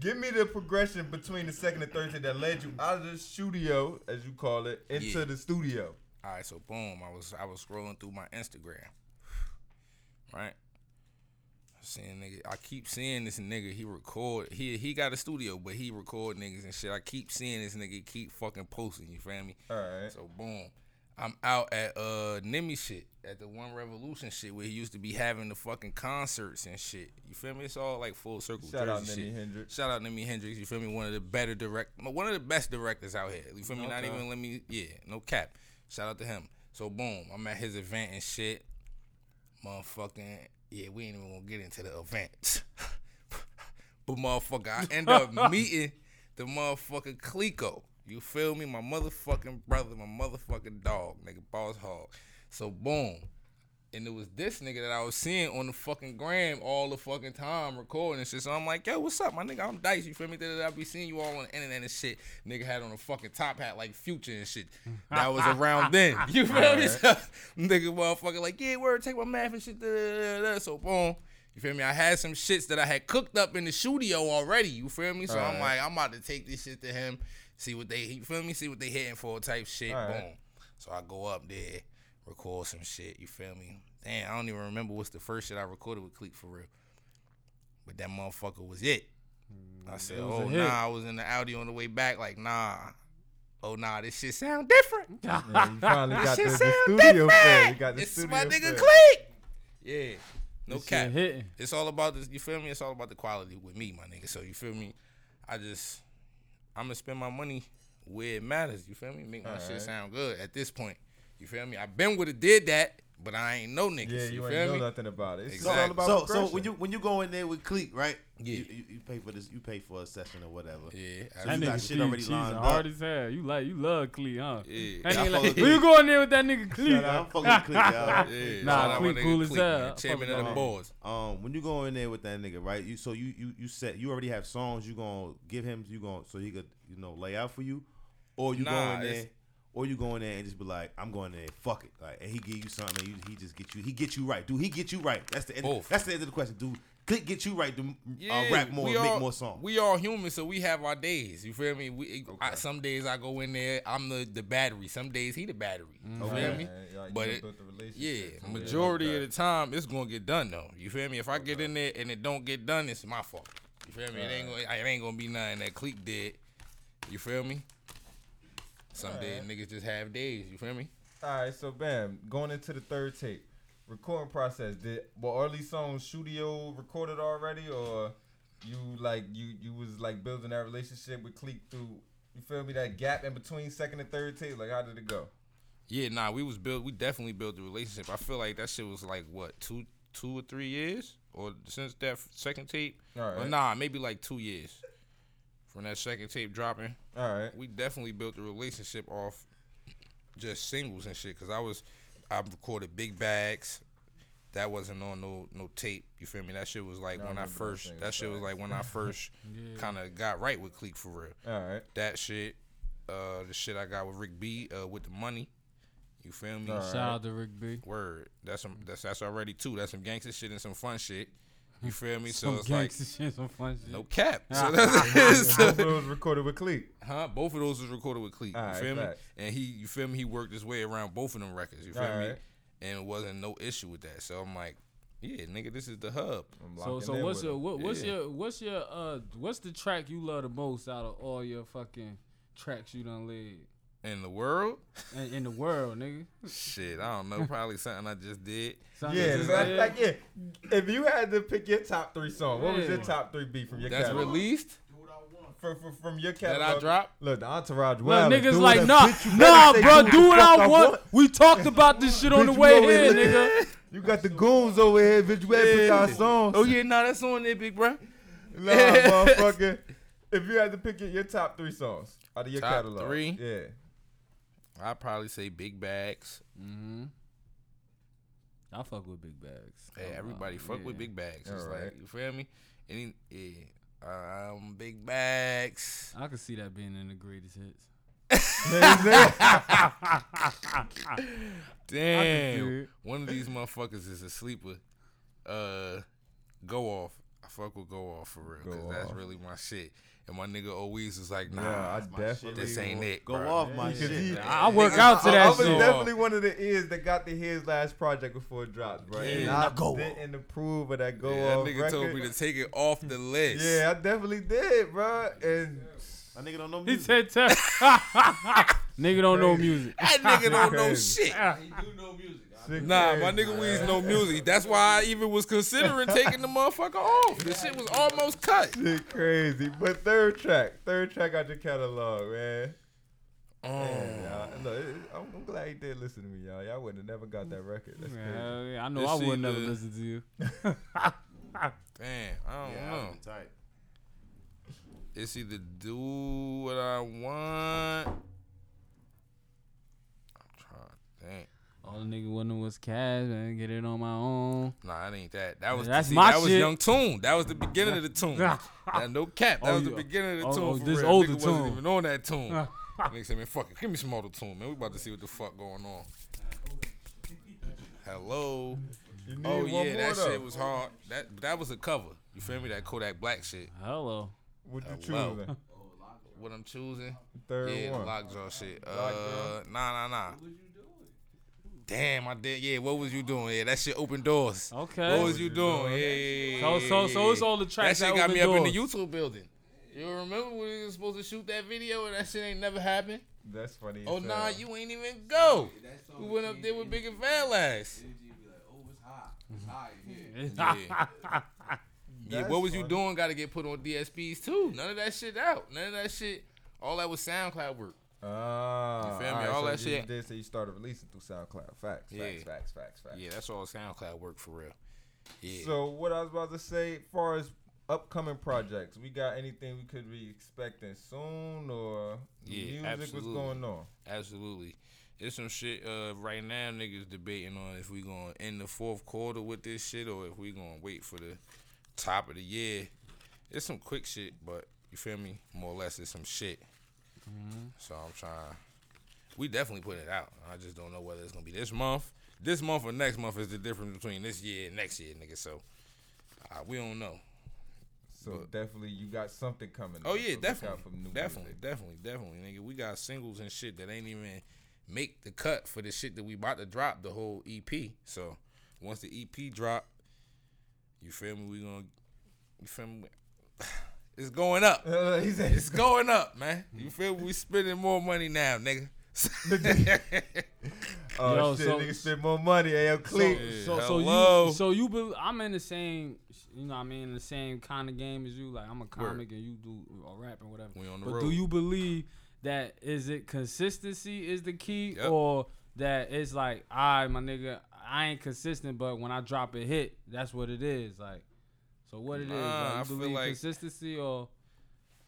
give me the progression between the second and third tape that led you out of the studio, as you call it, into Yeah. the studio. All right, so boom, I was I was scrolling through my Instagram, right? Seeing nigga, I keep seeing this nigga. He record. He he got a studio, but he record niggas and shit. I keep seeing this nigga keep fucking posting. You feel me? All right. So boom, I'm out at uh Nimmy shit at the One Revolution shit where he used to be having the fucking concerts and shit. You feel me? It's all like full circle. Shout out Jersey Nimi shit. Hendrix. Shout out Nimi Hendrix. You feel me? One of the better direct, one of the best directors out here. You feel me? Not even let me, yeah, no cap. Shout out to him. So boom, I'm at his event and shit. Motherfucking, yeah, we ain't even gonna get into the event. <laughs> but motherfucker, I end up <laughs> meeting the motherfucking Clico. You feel me? My motherfucking brother, my motherfucking dog, nigga, boss hog. So boom. And it was this nigga that I was seeing on the fucking gram all the fucking time recording and shit. So I'm like, yo, what's up, my nigga? I'm Dice. You feel me? Da-da-da. I be seeing you all on the internet and shit. Nigga had on a fucking top hat like Future and shit. That was around then. You feel me? So, nigga, motherfucker, like, yeah, word, take my math and shit. Da-da-da-da. So boom. You feel me? I had some shits that I had cooked up in the studio already. You feel me? So I'm Alright. like, I'm about to take this shit to him. See what they, you feel me? See what they hitting for type shit. Alright. Boom. So I go up there, record some shit. You feel me? Damn, I don't even remember what's the first shit I recorded with Cleek for real. But that motherfucker was it. I said, Mm, was a oh hit." nah, I was in the Audi on the way back. Like nah, oh nah, this shit sound different. <laughs> Yeah, you finally got the, Shit the sound studio fed. You different. got the It's studio my nigga fed. Cleek. Yeah, no This shit cap. hitting. It's all about this. You feel me? It's all about the quality with me, my nigga. So you feel me? I just I'm gonna spend my money where it matters. You feel me? Make my shit Alright. sound good at this point. You feel me? I've been would have did that, but I ain't no niggas. Yeah, you, you feel ain't know me? nothing about it. It's Exactly. all about so so progression. when you when you go in there with clique, right? Yeah. You, you, you pay for this. You pay for a session or whatever. Yeah, So I- you got nigga shit Steve already Cheese lined is up. hard as hell. You like you love Clee, huh? Yeah. I That nigga fuck like, with where you going there with that nigga Clee? Shout out, I'm fucking with clique, y'all. yeah, Nah, shout out my Cleek nigga cool as Cleek, man, hell. I fuck Chairman with of the him. boards. um when you go in there with that nigga, right? You so you you you set you already have songs you gonna give him you gonna so he could you know lay out for you, or you Nah, go in it's- there. Or you go in there and just be like, I'm going in there, fuck it, like, and he give you something, and you, he just get you, he get you right, dude. He get you right. That's the end. Both. That's the end of the question, dude. could get you right to mm, Yeah, uh, rap more, we and make all- more songs. We all human, so we have our days. You feel me? We I, some days I go in there, I'm the the battery. Some days he the battery. You feel me? But it- Yeah, majority of the time it's gonna get done though. You feel me? If I get in there and it don't get done, it's my fault. You feel me? It ain't gonna, it ain't gonna be nothing that clique did. You feel me? Some days niggas just have days. You feel me? All right, so bam, going into the third tape, recording process. Did were all these songs studio recorded already, or you like you you was like building that relationship with Cleek through? You feel me? That gap in between second and third tape. Like how did it go? Yeah, nah, we was built. We definitely built the relationship. I feel like that shit was like what two, two or three years, or since that f- second tape. All Or right. nah, maybe like two years from that second tape dropping. All right. We definitely built the relationship off just singles and shit. Cause I was, I recorded big bags. That wasn't on no no tape. You feel me? That shit was like when I remember those first. things, That shit was facts. like when I <laughs> first kind of got right with Cleek for real All right. that shit. Uh, the shit I got with Rick B. Uh, with the money. You feel me? Alright. Shout out to Rick B. Word. That's some. That's that's already two. That's some gangster shit and some fun shit. You feel me? so Some it's like gangster shit, some fun shit. no <laughs> cap. So <laughs> that's, so- <laughs> It was recorded with Cleek. huh? Both of those was recorded with Cleek. Alright, you feel me? facts. And he, you feel me? He worked his way around both of them records. You feel me? Alright. And it wasn't no issue with that. So I'm like, yeah, nigga, this is the hub. I'm So locking so in what's with your him. what, what's Yeah. your what's your uh what's the track you love the most out of all your fucking tracks you done led In the world, in, in the world, nigga? shit, I <laughs> don't know. Probably something I just did. Something Yeah, you so that's did? like yeah. If you had to pick your top three song, what was your Yeah. top three beat from your That's catalog? released. from, from, from your I catalog dropped? Look, the entourage. Look, wild. niggas Do like, that nah, bitch, you nah, better say bro, do do the what fuck I want. We talked about this shit on the Bitch, you way always here, look- nigga. <laughs> You got the goons over here, bitch. You better pick our songs. Oh <laughs> yeah, nah, that's on there, big bro. Nah, motherfucker. If you had to pick your, your top three songs out of your Top catalog, three? yeah. I'd probably say big bags. Mm-hmm. I fuck with big bags. Hey, Oh, everybody uh, fuck with yeah. big bags. It's Alright. like, you feel me? Any yeah. Um, big bags. I could see that being in the greatest hits. Damn. it. One of these motherfuckers is a sleeper. Uh go off. I fuck with go off for real. Cause Go that's Off. really my shit. And my nigga always is like, nah, Yeah, I definitely. this ain't it. Go bruh. off my You could shit. eat. man. I I work out to I, that I was shit. definitely one of the ears that got to hear his last project before it dropped, bro. and Yeah, I Go Off. didn't approve of that go Yeah, that off nigga record. told me to take it off <laughs> the list. yeah, I definitely did, bro. And That nigga don't know He music. said, "Tell- <laughs> "Nigga don't know music." That nigga don't <laughs> know Crazy. shit. sick Nah, my days, nigga man. Weez no music. That's why I even was considering taking the motherfucker off. The shit was almost <laughs> cut. Shit crazy. But third track, third track out your catalog, man. Um, Yeah, y'all- look, it- it- I'm, I'm glad you did listen to me, y'all. Y'all wouldn't have never got that record. That's crazy. Hell yeah, I know This I would shit never good. listen to you. damn, I don't Yeah, I know. would've been tight. It's either do what I want. I'm trying to think. All the nigga wanted was cash and get it on my own. Nah, that ain't that. That was That's see, my that was shit. Young Tune. That was the beginning of the tune. That no cap. That Oh, was the you- beginning of the oh, tune. oh, for this real. older Nigga wasn't tune. even on that tune. <laughs> Nigga said, man, fuck it. Give me some older tune, man. We about to see what the fuck going on. Hello. You need Oh one yeah, more, that though. shit was hard. That that was a cover. You feel me? That Kodak Black shit. Hello. What you Hello. choosing? What I'm choosing? Third Oh, yeah, one. the lockjaw shit. Uh, nah, nah, nah. Damn, I did. Yeah, what was you doing? Yeah, that shit opened doors. Okay. What <laughs> was you doing? Yeah, yeah, yeah, So- yeah, so- so yeah. it's all the tracks That shit that got me opened up in the doors. YouTube building. You remember when we was supposed to shoot that video and that shit ain't never happened? That's funny. Oh as nah, hell. you ain't even go. We went up there with Big and Fat last. Yeah. yeah, That's what was you funny. doing? Got to get put on DSPs too. None of that shit out. None of that shit. All that was SoundCloud work. Ah, You feel me? alright, All so that you shit. Did say you started releasing through SoundCloud? Facts, facts, Yeah. facts, facts, facts. Yeah, that's all SoundCloud work for real. Yeah. So what I was about to say, as far as upcoming projects, we got anything we could be expecting soon or Yeah, music? absolutely. What's going on? Absolutely. There's some shit uh, right now niggas debating on if we gonna end the fourth quarter with this shit or if we gonna wait for the top of the year. It's some quick shit, but you feel me? More or less it's some shit. So I'm trying we definitely put it out. I just don't know whether it's gonna be this month. This month or next month is the difference between this year and next year, nigga. So Uh, we don't know. So definitely, you got something coming. Oh up, yeah, so look out definitely, for new definitely, music. definitely, definitely, nigga. We got singles and shit that ain't even make the cut for the shit that we about to drop the whole EP. So once the EP drop, you feel me? We gonna, you feel me? <sighs> It's going up. <laughs> <laughs> he said, It's going up, man. You feel me? We spending more money now, nigga. <laughs> "Oh Yo, shit, so- nigga spent more money." Hey, yo, Cleek. So so Hello. you so you be, I'm in the same you know what I mean in the same kind of game as you like I'm a comic and you do or rap and whatever. We on the but road. do you believe that is it consistency is the key Yep. or that it's like I my nigga I ain't consistent but when I drop a hit that's what it is like. So what it is? Nah, I like, you feel believe like- consistency or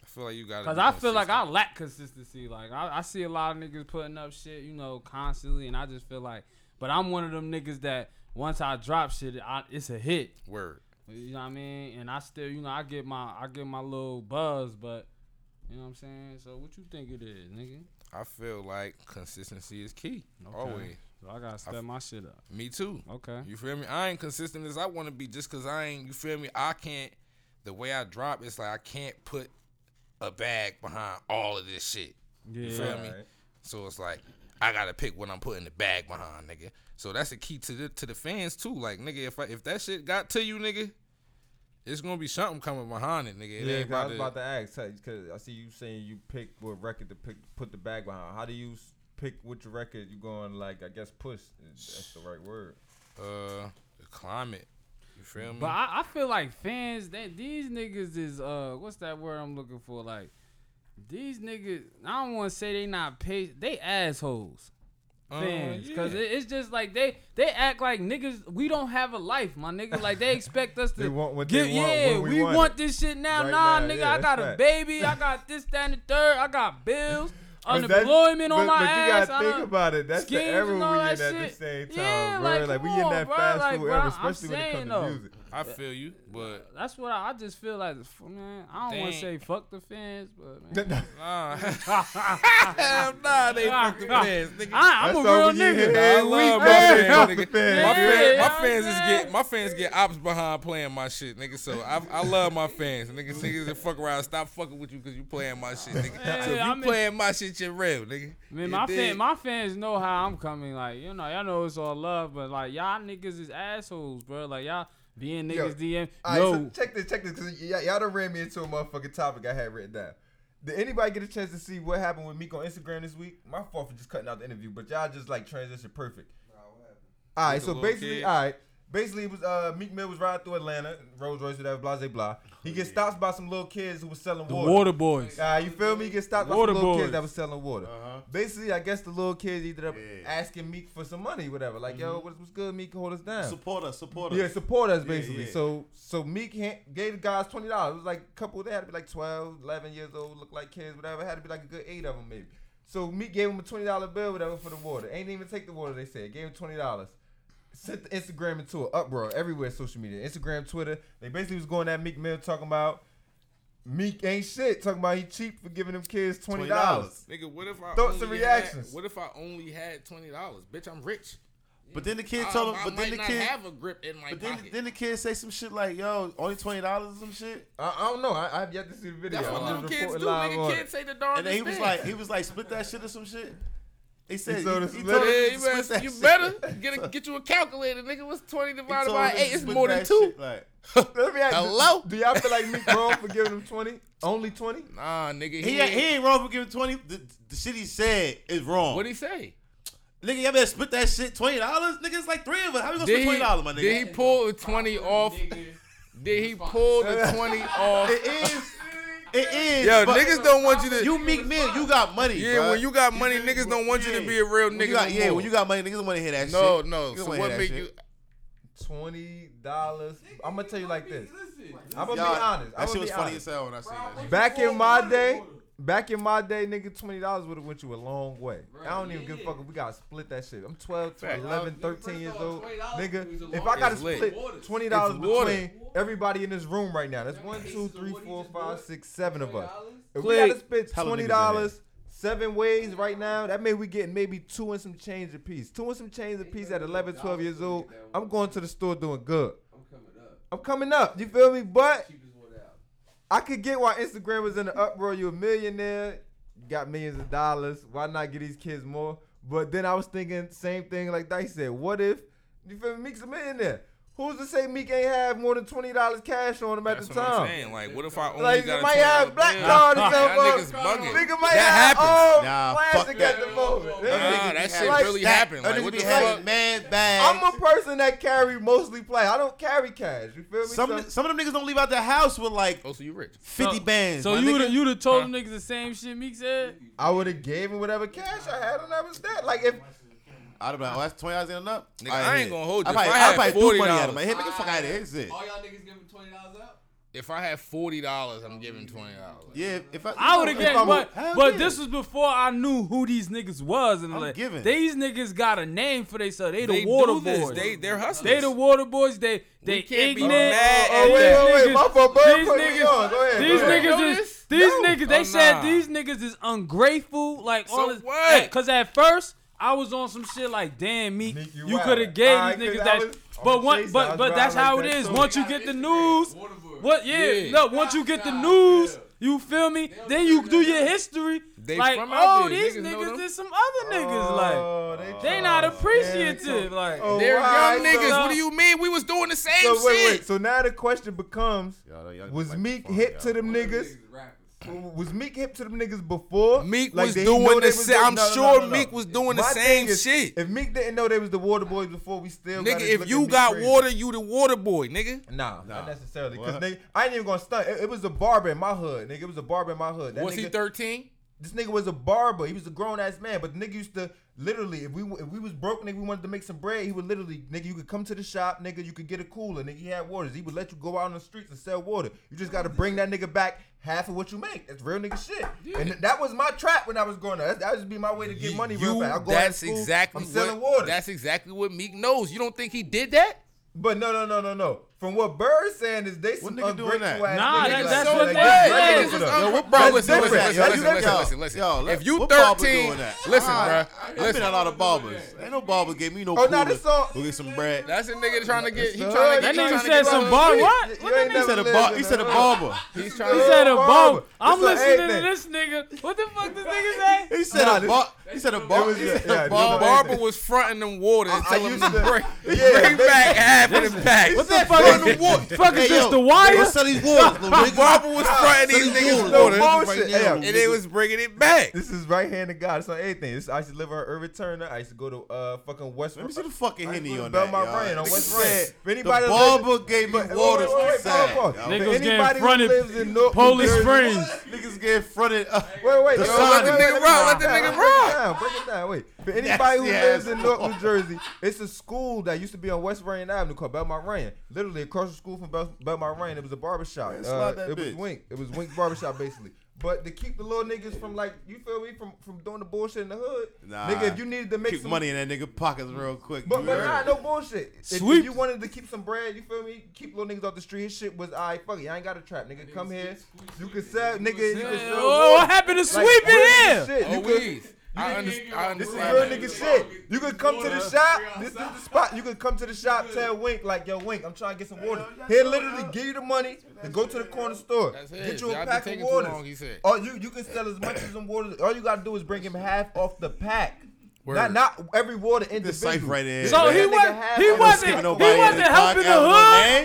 I feel like you got. Cause I feel like I lack consistency. Like I, I see a lot of niggas putting up shit, you know, constantly, and I just feel like, but I'm one of them niggas that once I drop shit, I, it's a hit. word. You know what I mean? And I still, you know, I get my, I get my little buzz, but you know what I'm saying. So what you think it is, nigga? I feel like consistency is key. Always. So I gotta step my shit up. Me too. Okay. You feel me? I ain't consistent as I want to be just because I ain't, you feel me? I can't, the way I drop, it's like I can't put a bag behind all of this shit. Yeah. feel me? Alright. So it's like, I gotta pick what I'm putting the bag behind, nigga. So that's the key to the to the fans too. Like, nigga, if I, if that shit got to you, nigga, it's gonna be something coming behind it, nigga. It Yeah, ain't 'cause I about was to, about to ask because I see you saying you pick what record to pick, put the bag behind. How do you s- pick which record you going like? I guess push. is- That's the right word. uh the climate. You feel me? But I, I feel like fans that these niggas is uh what's that word I'm looking for? Like these niggas I don't wanna say they not patient they assholes. Uh, Fans, cause yeah. it, it's just like they they act like niggas. We don't have a life, my nigga. Like they expect us <laughs> to They want what get- they want Yeah, when we we want it. this shit now. Right nah, now, nigga, yeah, I got that's a fact. baby. I got this, that, and the third. I got bills, <laughs> But that's- unemployment but- on my but ass. you gotta I think done- about it. That's the schemes era and we all in at that the shit. same time, Yeah, bro. Like, like, we come in that on, fast bro. food Like, era, bro, I'm especially when it comes saying, to though. music. <laughs> I feel you, <laughs> but That's what I, I just feel like. f- Man, I don't want Dang. to say fuck the fans, <laughs> but man. nah, Hell <laughs> nah, they fucking fans, nigga. I, I'm That's a all real we get nigga. here. I Hey, love <laughs> we- my hey, fans, fuck nigga. the fans. My, fan, Yeah, my fans is I'm get saying. my fans get ops behind playing my shit, nigga. So I, I love my fans, nigga. Niggas that fuck around, stop fucking with you because you playing my shit, nigga. so if you I mean- playing my shit, you're real, nigga. Man, You my dig? fan, my fans know how I'm coming. Like, you know, y'all know it's all love, but like y'all niggas is assholes, bro. Like y'all being Yo, niggas DM. All right, no, so check this, check this, because y- y'all done ran me into a motherfucking topic I had written down. Did anybody get a chance to see what happened with Meek on Instagram this week? My fault for just cutting out the interview, but y'all just like transition perfect. All right, With the so little basically, kid? all right, basically, it was uh, Meek Mill was riding through Atlanta, Rolls Royce, whatever, blah, blah, blah. Oh, He gets stopped by some little kids who was selling the water. water, boys. Uh, you feel me? He gets stopped by some Water little boys. kids that was selling water. Uh-huh. Basically, I guess the little kids ended up Yeah. Mm-hmm. asking Meek for some money, whatever. Like, yo, what's, what's good, Meek? Hold us down. Support us, support us. Yeah, support us basically. yeah. So so Meek ha- gave the guys twenty dollars. It was like a couple. They had to be like 12, 11 years old, look like kids, whatever. had to be like a good eight of them maybe. So Meek gave him a twenty dollar bill, whatever, for the water. Ain't even take the water. They said gave him twenty dollars. Sent the Instagram into an uproar everywhere, social media, Instagram, Twitter. They basically was going at Meek Mill talking about Meek ain't shit, talking about he cheap for giving them kids twenty dollars. $20. nigga. What if I Thoughts and only reactions. Had, what if I only had twenty dollars, bitch? I'm rich. But then the kid I, told him. I But might then the not kid. have a grip in my But then, pocket. then the kid say some shit like, "Yo, only twenty dollars or some shit," I, I don't know. I, I have yet to see the video. That's what I'm little just kids reporting do, live nigga. on it. Kids say the darndest <laughs> and then he was thing. like, he was like, "Split that shit or some shit." He said, "He, he told told us us to to let Yeah, you split better, that you shit." better get a, get you a calculator, nigga. What's twenty <laughs> He told divided by us to eight? It's split more than that two. shit, Like, Let me ask you, Hello? Do y'all feel like Meek wrong for giving him twenty? Only twenty? Nah, nigga. he, ain't, he ain't wrong for giving twenty. The, the shit he said is wrong. What he say? nigga, y'all better split that shit. Twenty dollars, nigga. It's like three of us. How we gonna Did split he, twenty dollars, my nigga? did he pull the twenty off? Did he pull the twenty off? it is. It is. Yo, but- niggas don't want you to. You Meek Mill, you got money. yeah, bruh. when you got money, feel me? niggas don't want you to Yeah. be a real When you nigga. got- no yeah, more. when you got money, niggas don't want to hear that no, shit. no. Niggas So don't wanna what hear that make shit. you? Twenty dollars. I'm gonna tell you like this. I'm gonna be Y'all, honest. I'm That shit gonna was be funny as honest. hell when I seen that. shit. Back in my day, back in my day, nigga, twenty dollars would have went you a long way. I don't even give a fuck if we gotta split that shit. I'm 12, 12 Fact. 11, 13 years old, is a nigga. long If I gotta It's lit. split twenty dollars It's water. between everybody in this room right now, that's one, two, three, four, five, six, seven of us. If we Click. gotta spend Tell them twenty niggas in dollars. Seven ways right now. That mean we getting maybe two and some change apiece. Two and some change apiece at 11, 12 years old. I'm going to the store doing good. I'm coming up. I'm coming up. You feel me? But I could get why Instagram was in the uproar. You're a millionaire, you got millions of dollars. Why not give these kids more? But then I was thinking same thing like Dice said. What if you feel me? Meek's a millionaire. Who's to say Meek ain't have more than twenty dollars cash on him at That's the what I'm time? saying. Like, what if I only Like got you a might have $20 black bill? card or That niggas something. bugging. Nigga might that have happens. all Nah, plastic fuck at the that. moment. Nah, Them niggas that be shit having- really Like, happened. Like, Niggas what be the having fuck? Man, bad. I'm a person that carry mostly play. I don't carry cash. You feel me? some So- of the- some of them niggas don't leave out their house with like Oh, so you rich? fifty So- bands. So my you nigga. would you would have told them niggas the same shit Meek said. I would have gave him whatever cash I had, and that was that. Like if I'd have been like, oh, that's twenty dollars ain't enough. Nigga, All right, I ain't here. gonna hold you. I If probably, I had I probably threw money $40. at him. Like, hey, man, get the fuck out of here. That's it. Oh, All y'all niggas giving twenty dollars out. If I had forty dollars, I'm giving twenty dollars. Yeah, if I, I would have if I'm- gave, but hell but yeah. this was before I knew who these niggas was. And I'm like, giving. these niggas got a name for themselves. They the They water do this. boys. They they're hustlers. They the water boys. They they can't be ignorant. mad at and wait, these that. wait, wait, niggas- my fault, bro. These Put me on. Go niggas, ahead, these go ahead. niggas is these niggas. They Oh, said nah. these niggas is ungrateful. Like So all this. what? Cause at first. I was on some shit like, damn, me, Nick, you you wild. could have gave Alright, these 'cause niggas I that. was but on one, Chase, I but was but that's riding how like it that is. too. Once you get the news, Waterboard. what? Yeah, Yeah. no. Once you get the Nah, news, yeah. you feel me? Then you do your history. They like, from out oh, there. these Niggas know niggas them. is some other niggas. Like, Oh, they not trying. Yeah, appreciative. so- Like, oh, They're why? young niggas. So- What do you mean? We was doing the same So wait, shit. wait. So now the question becomes: Y'all- y'all just Was like Meek fun, hip y'all. to them niggas? rappers. Was Meek hip to them niggas before? Meek Like, was they know doing they the was same. I'm no, no, no, sure no, no. Meek was doing the My same thing is, shit. If Meek didn't know they was the Water Boys before, we still nigga, gotta look if at you Meek got crazy. water, you the water boy, nigga. Nah, not necessarily. Cause What? nigga, I ain't even gonna stunt. It, it was a barber in my hood, nigga. It was a barber in my hood. That was he nigga- 13? this nigga was a barber. He was a grown ass man, but the nigga used to literally, if we if we was broke, nigga, we wanted to make some bread. He would literally, nigga, you could come to the shop, nigga, you could get a cooler, nigga. He had waters. He would let you go out on the streets and sell water. You just gotta bring that nigga back half of what you make. That's real nigga shit. And that was my trap when I was growing up. That, that would be my way to get money real You- fast. I go out to that's school, exactly I'm selling what, water. That's exactly what Meek knows. You don't think he did that? but no, no, no, no, no. From what Bird's saying is they some nigga doing ungrateful ass that? Nah, niggas that- like- that's so what they they get said. regular with Niggas is them. Yo, Yo, what bro, Bobby listen, doing listen, that? listen, Yo, listen, you know- listen, yo, listen, listen. yo, let- if you what barber thirteen, doing that? listen, All bruh. right, I've Listen, been at a lot of barbers. Ain't no barber gave me no. Oh, nah, cooler. this song- Go get some bread. that's a nigga trying to get. He Son, trying to get. that you nigga trying to said get some love. bar. You- What? you What that ain't nigga He said a never bar. lived He in said a LA. barber. He's He trying. said a barber. barber. I'm It's a listening to anything. this nigga. What the fuck this nigga say? He said Nah, a this- bar. He said a bar. was- He yeah, yeah, said a Bar- this barber. is- Barber was fronting them water and I telling used them to to- bring, <laughs> Yeah, bring they- back half of the pack. What the fuck <laughs> is water. fuck is Hey, this, yo, The Wire? Let's sell these waters, little nigga. Barber was fronting these Sell these niggas waters. No water bullshit. Right now, Yeah. and they was bringing it back. This is right hand of God. It's on anything. This, I used to live on Irving Turner. I used to go to uh fucking West. Let me see the fucking I henny would've on built that. my y'all. brain on Nigga West said, Ranch. If anybody the lives in- barber gave me Wait, wait, water. wait, wait, Sad, pause, pause. y'all. Niggas For getting anybody who fronted lives in North Polish New Jersey- Springs. Niggas get fronted. up. Wait, wait, The yo, sun- wait, Let wait, the wait, nigga let me rock, let break the it nigga down, rock. Break it down, break <laughs> it down. Wait, for anybody who Nasty lives ass in North boy. New Jersey, it's a school that used to be on West Ryan Avenue called Belmont Ryan. Literally across the school from Bel- Belmont Ryan, it was a barbershop. Man, slide Uh, that it was bitch. Wink. It was Wink barbershop basically. But to keep the little niggas from like, you feel me, from from doing the bullshit in the hood, Nah. nigga. If you needed to make Keep some money in that nigga pockets real quick. but, You but heard? nah, no bullshit. If- If, Sweep. you wanted to keep some bread, you feel me? Keep little niggas off the street. His shit was, I fuck it. I ain't got a trap, nigga. Come here. You can sell, nigga. You can Hey, sell. oh, what happened to Like, sweeping real nigga here? shit. You could- Always. Oh, I, under, I understand. this is that. real nigga shit. You could come to the shop. This is the spot. You could come to the shop, tell Wink, like, yo, Wink, I'm trying to get some water. He'll literally give you the money to go to the corner store. That's it. Get you a Y'all been pack of Oh, taking too long, he waters. said. Or you, you can sell as much as some waters. All you gotta do is bring him half off the pack. Word. Not not every water This individual. cipher right there. So That he nigga was had- he I'm wasn't skipping he nobody in wasn't this helping the podcast, my hood.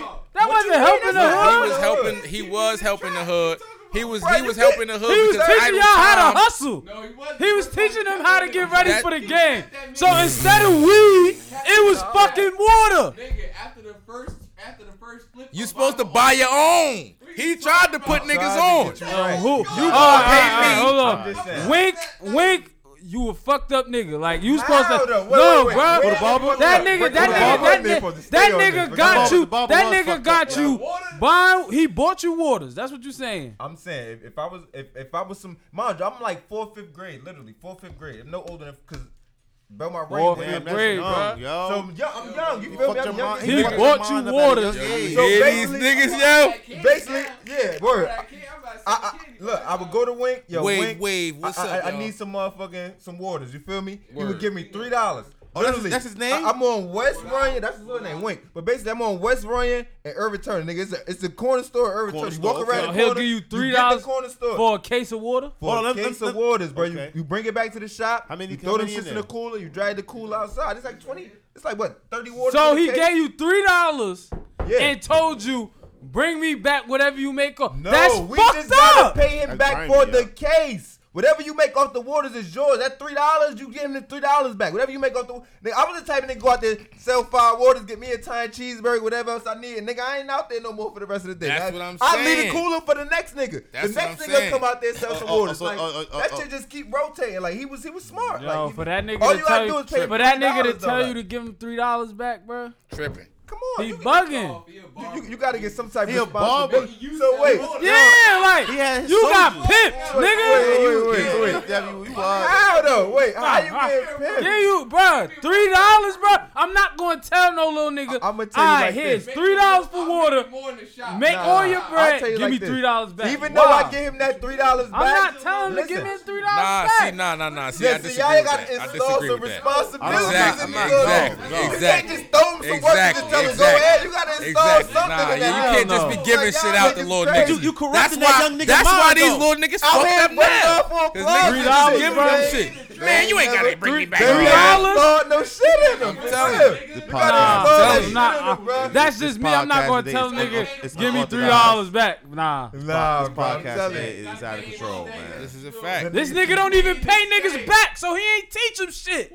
man. That What you wasn't mean? helping the That's not- He hood. was helping. He was helping the hood. He was. Bro, He you was can't- helping the hood. He was because teaching idle y'all how to time- hustle. No, he wasn't. He was teaching them how to get ready That- for the game. So instead of weed, it was fucking water. Nigga, after the first, after the first flip, You of supposed to Obama- buy your own. He tried to put niggas Tried to on. get you right. Who? You You all gonna pay right, me. all right, I'm hold just on. saying. Wink, wink. You a fucked up nigga. Like you supposed How to. though? Wait, no, wait, wait. bro. Where the barber- that where nigga, the that barber nigga, that was nigga, supposed to that stay on this, nigga but got the you. barber- the That barber was nigga fucked got up. you. Yeah, water- Buying, he bought you waters. That's what you saying. I'm saying if, if I was if, if I was some mind you, I'm like fourth fifth grade, literally fourth fifth grade. I'm no older than because Belmont Ray. Fourth, man, fifth that's- grade. young, bruh. yo. So I'm young. I'm young. You feel Fucked me? your I'm young. mind- He fucked bought your you mind up at a water. young Yeah, age. So Yeah, these basically- niggas, yo. Basically, yeah, word. I, I, can't, I'm about to say I, can't. look, I would go to Wink. Yo, Wave, Wink, wave, what's I, I, up, I y'all? need some motherfucking some waters. You feel me? He Word. would give me three dollars. Oh, that's- Literally. that's his name? I, am on West Runyon. That's his little name, Wink. But basically, I'm on West Runyon and Irving Turner, nigga. It's a, it's a corner store, in Irving Corner Turner. You walk store, around okay. the He'll corner, give you get three the dollars corner store for a case of water. for Hold on, a let- case let- of let- waters, bro. okay. You, you bring it back to the shop. How many You come throw them in shits in there? the cooler. You drag the cooler outside. It's like twenty. It's like what thirty waters. So in a he case? gave you three dollars Yeah. and told you, bring me back whatever you make up. No, That's we just fucked gotta up. pay him That's back grimy, for yeah. the case. Whatever you make off the waters is yours. That three dollars, you get him the three dollars back. Whatever you make off the, nigga, I was the type of nigga go out there sell five waters, get me a tiny cheeseburger, whatever else I need. And nigga, I ain't out there no more for the rest of the day. That's I, what I'm I leave the saying. cooler for the next nigga. That's what the next I'm nigga saying. come out there and sell some oh, oh, waters. so- like, oh, oh, oh, that oh. shit just keep rotating. Like he was, he was smart. Yo, like, he- for that nigga all to you tell gotta you, do is pay him for that nigga to $3 though, tell you like, to give him three dollars back, bruh. Tripping. come on, He you, bugging. you, you gotta get some type of He a barber. responsibility. So wait, Yeah, like He had his you got soldiers. pimped, Wait, nigga. wait, wait, Yeah, wait. W, you are. How though? Wait, how you Ah, getting pimped? Here you, bruh. Three dollars, bruh. I'm not gonna tell no little nigga. I- I'ma tell you "Alright, like here's this. three dollars for water. More in the shop. Make Nah, all your I'll bread. tell you Give like me this. three dollars back. Even though Why? I give him that three dollars back, I'm not telling him to give listen, me his three Nah, dollars see, back. nah, nah, nah. See, I Listen, disagree y'all with gotta that. I install disagree some with that. responsibilities. Exactly, in these little- exactly, You can't exactly. just throw him some work and just Exactly, tell him exactly. go ahead. You gotta install Exactly. something Nah, in you that. can't just no. be giving Like, shit y'all out the niggas little crazy. niggas. You- you corrupting That's that why- young nigga That's why mind, these though. little niggas Out fucked here up busting up now. on Cause blocks niggas just and shit, giving man. them shit. Man, you ain't gotta bring me back. They bro. Three ain't dollars? installed no shit in him. for telling real. you. The You podcast. Nah, gotta install that that shit was in not. him, bro. uh, that's This just me. I'm not podcast gonna today tell is nigga, unorth- it's give me unorthodox. three dollars back. Nah, Nah, This bro, I'm podcast telling is you. is out of control, man. This is a fact. this nigga don't even pay niggas back, so he ain't teach him shit.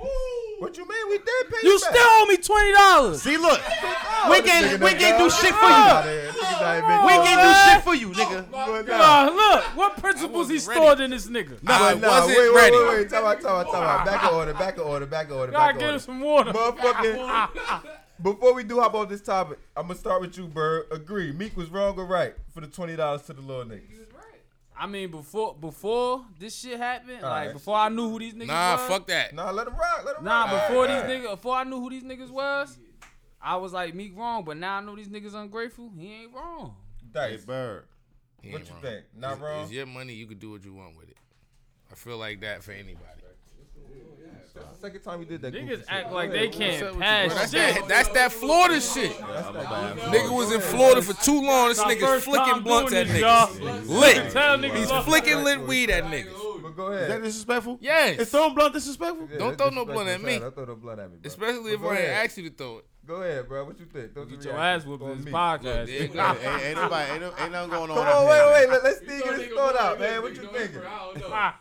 What you mean we did pay You him still back? owe me twenty dollars. See, look, Oh, we this can't, nigga we done can't do got- shit for you. Get outta here. This nigga ain't big. We Oh, can't do shit for you, nigga. Going down. Nah, look what principles he wasn't ready. stored in this nigga. I But uh, nah, wasn't wait, ready. Wait, wait, wait. Time out, time out, time out. Back of order, back of order, back of order, Gotta back get him of some Ah. water. order. <laughs> Motherfucking. Before we do hop off this topic, I'm gonna start with you, Bird. Agree, Meek was wrong or right for the twenty dollars to the little niggas. I mean, before before this shit happened, like Alright. before I knew who these niggas Nah, was. fuck that. Nah, let him rock, let him Nah, rock. before these Alright, alright. niggas, before I knew who these niggas was, I was like Meek wrong, but now I know these niggas ungrateful. He ain't wrong. Hey, Dice, Bird. He what ain't you wrong. think? Not It's- wrong. It's your money. You can do what you want with it. I feel like that for anybody. That's the second time you did that. Niggas goofy shit. act like they can't That's pass shit. that, that's that Florida shit. I'm bad. Nigga was in Florida for too long. This My nigga's first flicking time blunts at doing this, niggas. y'all. Lit. Tell niggas He's off. flicking lit weed at niggas. But go Is that ahead. disrespectful? Is Yes. throwing blunt disrespectful? Yeah, don't that's throw no blood at disrespectful me. sound. Don't throw no blood at me. bro. Especially if Go I ain't ahead. ask you to throw it. Go ahead, bro. What you think? Don't Get your ass whooped in this podcast. Look, nigga. nigga. Hey, ain't, ain't nobody, ain't, no- ain't nothing going on. Come out on, here, wait, man. wait. Let, let's dig this thought out, man. What you thinking? I don't know. Ah,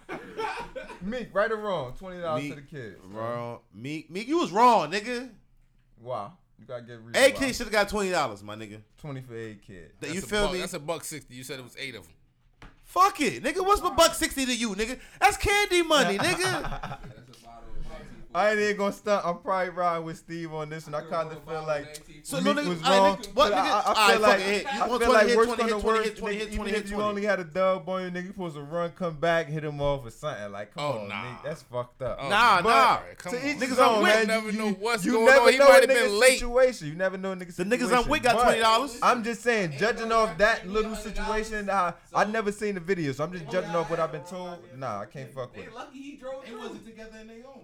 Meek, right or wrong? Twenty dollars to Meek. the kids. Wrong. Meek, Meek, you was wwrong, nigga. Wow, you gotta get real. AK should have got twenty dollars, my nigga. twenty for a kid. That- you That's a feel buck- me? That's a buck sixty. You said it was eight of them. Fuck it, nigga. What's my buck sixty to you, nigga? That's candy money, nigga. I ain't even gonna stunt. I'm probably riding with Steve on this, and I kind of feel like So Meek no, nigga, was all right, wrong. nigga, what, but nigga? I, All I right, fuck feel like it, hit. You I want feel 20, like hit worst 20, come to hit 20, worst, hit 20, nigga, hit even 20, if hit you 20. only had a dub on you, nigga, you supposed to run, come back, hit him off or something. Like, come Oh, on, nah. Meek, that's fucked up. Oh, Nah, nah. alright, Come To each on. his Niggas own, I'm You with, man. never know what's you going never on. He know might a have been nigga's late. Situation. You never know a nigga's The situation. niggas I'm with got but twenty dollars. I'm just saying, judging no off record, that you little got under situation, I, dollars, I so- never seen the video, so I'm just Oh, judging yeah, off what I I've been had told. one, yeah. Nah, I can't fuck with They it. lucky he drove. They wasn't together in their own.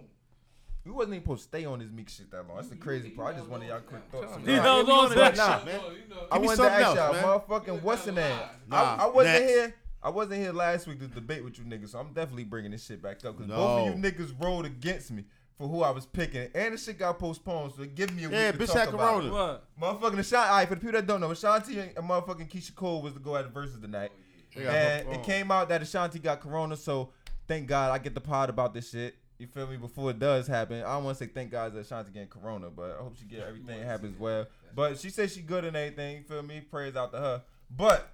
We wasn't even supposed to stay on this Meek shit that long. That's the crazy part. I just wanted y'all quick thoughts. He Nah, held on to that nah. shit. man. You know, I Give me wanted to something ask y'all, else, man. motherfucking, what's the name? I, Nah, I wasn't next. here. I wasn't here last week to debate with you niggas, so I'm definitely bringing this shit back up because both of you No. niggas rolled against me for who I was picking, and the shit got postponed, so give me a Yeah, week to bitch talk had about it. corona. <laughs> What? Motherfucking Ashanti, all right, for the people that don't know, Ashanti and and motherfucking Keisha Cole was to go at the verses tonight. They got and postponed. it came out that Ashanti got corona, so thank God I get the pod about this shit. You feel me? Before it does happen, I don't want to say thank God that Ashanti getting corona, but I hope she get everything happens well. But she said she good and everything. You feel me? Praise out to her. But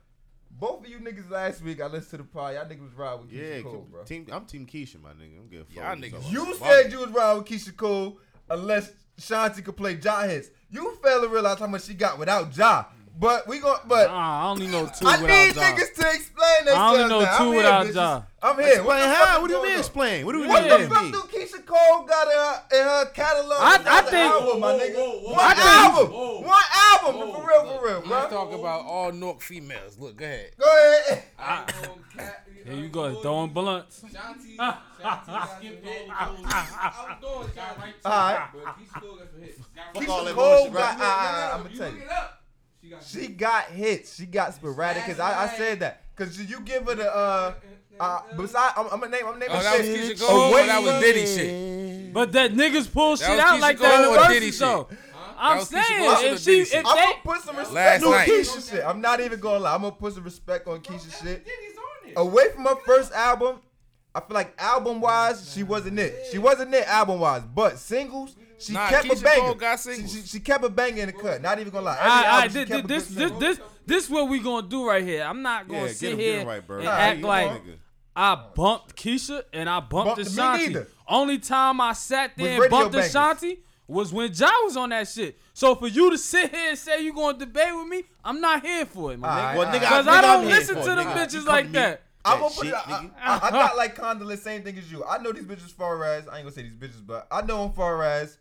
both of you niggas last week, I listened to the pod. Y'all niggas was riding with Keisha Yeah, Cole, bro. team. I'm Team Keisha, my nigga. I'm getting Y'all niggas You said you was riding with Keisha Cole unless Shanti could play Ja hits. You fail to realize how much she got without Ja. But we gon' but Nah, I only know two I without need John. niggas to explain themselves. I only know now. two I'm without here, Ja. bitches. I'm here. What Explain the fuck how? is What do you going mean on? explain? What do you What mean? the fuck do Keisha Cole got in her, in her catalog? I- I Another think- album, my Whoa, nigga. whoa, whoa, One whoa. album. Whoa. One of them, for real, for real, Let's bro. talk about all Nork females. Look, go ahead. Go ahead. I ain't gonna cap- Here you go, throwing blunts. Shanti, Shanti skipped all those outdoors, got right to All it, right. but he still got some hits. Got Fuck right Keisha to all it. that Cole bullshit, got. right? ah, I, I, I'm gonna You tell look you. it up. She got She got hits. She got sporadic. Cause I, I said that. Cause you- you give her the uh. Uh, besides, I'm, I'm gonna name. I'm naming Oh, that was shit. Keisha Cole, Away- or that was Diddy shit. But that niggas pull shit was out Keisha like that in Cole the or Diddy verses shit? though. That I'm was Keisha saying Cole or if the she Diddy if shit? I'm they gonna put some Last respect on night. Keisha shit. I'm not even gonna lie. I'm gonna put some respect on Keisha shit. Diddy's on Oh. it. Away from her first album, I feel like album wise, she wasn't it. She wasn't it album wise, but singles, she Nah, kept Keisha a banger. Cole got She- singles. she, she kept a banger in the cut. Not even gonna lie. Every I, I, album, she this, kept a this, good this, single. this, this what we gonna do right here. I'm not gonna Yeah, sit get him, here get him right, bro. and Nah, act you like nigga. I bumped Keisha and I Bumped- bumped me Ashanti. neither. Only time I sat With there and radio bumped bangers. Ashanti was when Ja was on that shit. So for you to sit here and say you gonna debate with me, I'm not here for it, my Alright, nigga. Well, nigga, Cause I I think I'm don't here listen for it, to them nigga. You bitches come to like me. that. I'm That gonna put shit, it. I, nigga. I, I got like Condola, same thing as you. I know these bitches far as I ain't gonna say these bitches, but I know them far as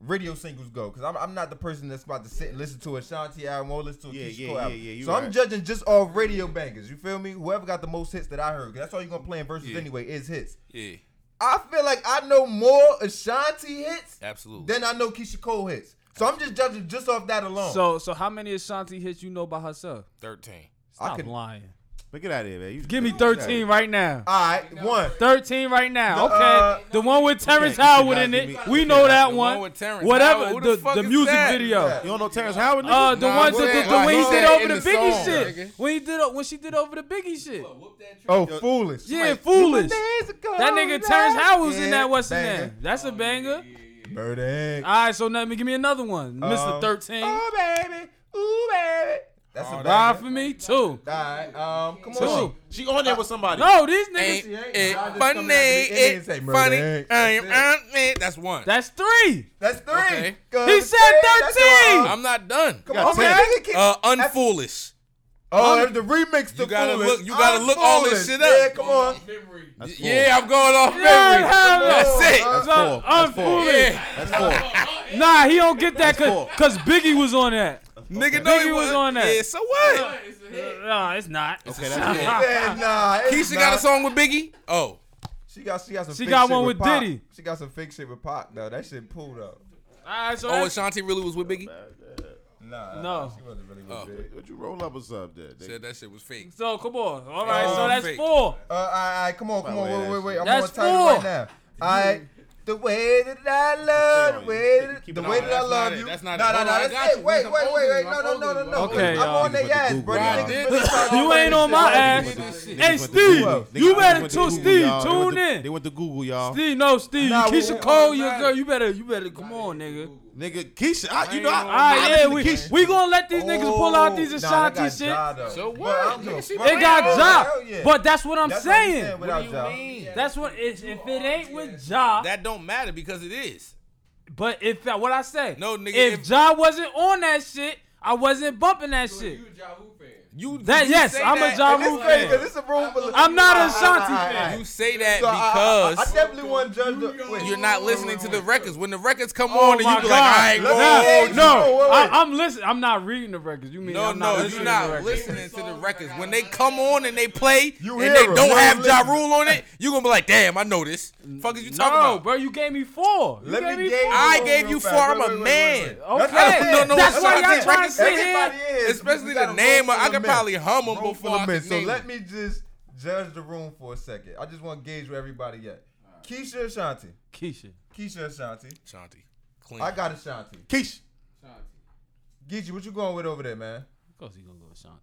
radio singles go. Cause I'm, I'm not the person that's about to sit and listen to a Shanti album or listen to a Yeah, Keisha yeah, Cole yeah, album. yeah, you so I'm right. judging just off radio bangers. You feel me? Whoever got the most hits that I heard, 'cause that's all you're gonna play in verses Yeah. anyway is hits. Yeah, I feel like I know more Ashanti hits absolutely. than I know Keisha Cole hits. So I'm just judging just off that alone. So so how many Ashanti hits you know by herself? Thirteen. Stop can- lying. But get out of here, man. You- Give me get outta 13 here. right now. all right, one. 13 right now. The, uh, okay. The one with Terrence you cannot Howard in give it. me- we you know cannot- that the one. one with Terrence Whatever. Howard. Who the the fuck the is music that? video. You don't know Terrence Howard? Uh, nigga? the Nah, ones what that the, that- the why way he he said did it over in the, the Biggie song, shit. nigga. When he did o- when she did over the Biggie shit. Whoop that track. Oh, foolish. Yeah, foolish. That That nigga Terrence Howard's in Yeah, that. What's his banger. name? That's a banger. Murder. All right, so let me give me another one. Mr. 13. Oh baby, ooh baby. That's Oh, a Ride banger. for me too. All right, um, come Two. on. She on there with somebody. No, these Ain't niggas. it Y'all just funny? coming out the- it It is a murder, funny. ain't it? I am it. That's one. That's three. That's three. Okay. Good. He said That's 13. all. I'm not done. Come got on, man. ten. Nigga keep- Uh, unfoolish. oh, there's the remix. To You gotta foolish. look- you gotta I'm look all this foolish. shit Yeah, up. come on. Memory. That's four. Yeah, I'm going off memory. Yeah, hell no. That's it. That's So, four. That's four. unfoolish. Yeah. That's four. Nah, he don't get that That's four. because Biggie was on that. Nigga, no, Biggie he was wasn't. on that. Yeah, so what? It's a hit. Nah, it's Okay, not. that's He said, nah, it's Ah. Keisha not. got a song with Biggie. Oh, She got, she got some. She fake got shit one with with Pac. Diddy. She got some fake shit with Pac though. That shit pulled up. All right, so oh, that's, Ashanti really was with Biggie. Nah, No. she wasn't really with Diddy. Would you roll up or something? Nigga? Said that shit was fake. so come on. All right, Oh, so Um, that's fake. four. Uh, all right, all right, come on, come on, Wait, wait, wait, wait, wait. I'm that's on title right four. now. All right. The way that I love, the way that, Keep the it way on. that I That's love not it. you. That's not no, it. no, Oh, I no. got That's it. you. Wait, I'm wait, wait, older wait. than No, you. no, I'm no, no, older no. than Okay, I'm y'all. on Niggas their with the ass, Google bro. These eyes. niggas Y'all really did. trying to <laughs> You ain't do on this my shit. ass. Hey, Steve, Google. you Niggas better went to too, Google, Steve. y'all. They went Tune to- in. They went to Google, y'all. Steve, no, Steve. Oh. Nah, we- Keisha we- Cole, we your got girl. it. You better, you better. Come on, nigga. Nigga, Keisha, I, you ain't know, I, on All right, I yeah, listen to we Keisha. we gonna let these niggas pull out these Oh, nah, that Ashanti shit. got Ja, though. So But what? I don't give a Nigga, she fuck. It got Hell job, yeah. but that's what I'm That's what saying. without Ja. that's what if, if it ain't with Ja, That don't matter because it is. but if what I say, No, nigga, if, if- Ja wasn't on that shit, I wasn't bumping that shit. You a Ja Rule fan. You That- you yes, say I'm a that- Ja And Rule it's crazy fan. because it's a room full of- I'm not a All right, all right, Ashanti all right, fan. all You right. say that So I- I- I- I because definitely want to judge the. wait. you're not listening to the records. When the records come on, Oh and my you be like, I ain't God. going. No, Wait, wait, wait. I, I'm listening. I'm not reading the records. You mean No, I'm not no, listening you're to the not records. listening to the records. When they come on and they play You and they hear 'em. don't You have Ja listen. Rule on it, you're gonna be like, damn, I know this. Fuck is you talking No, about? bro, you gave me four. You Let gave me me gauge four. the I room gave real you fast. four, I'm Wait, a wait, wait, man. wait, wait. Okay, I don't know that's what why y'all Ashanti trying to records sit is. here. Everybody is. Especially We the got a name. room I full could of probably men. hum 'em Room before full of I men. could So name let them. me just judge the room for a second. I just want to gauge where everybody at. Keisha Ashanti. Keisha. Keisha Ashanti. Shanti, clean. I got Ashanti. Keisha. Geechee, what you going with over there, man? Of course he gonna go Ashanti.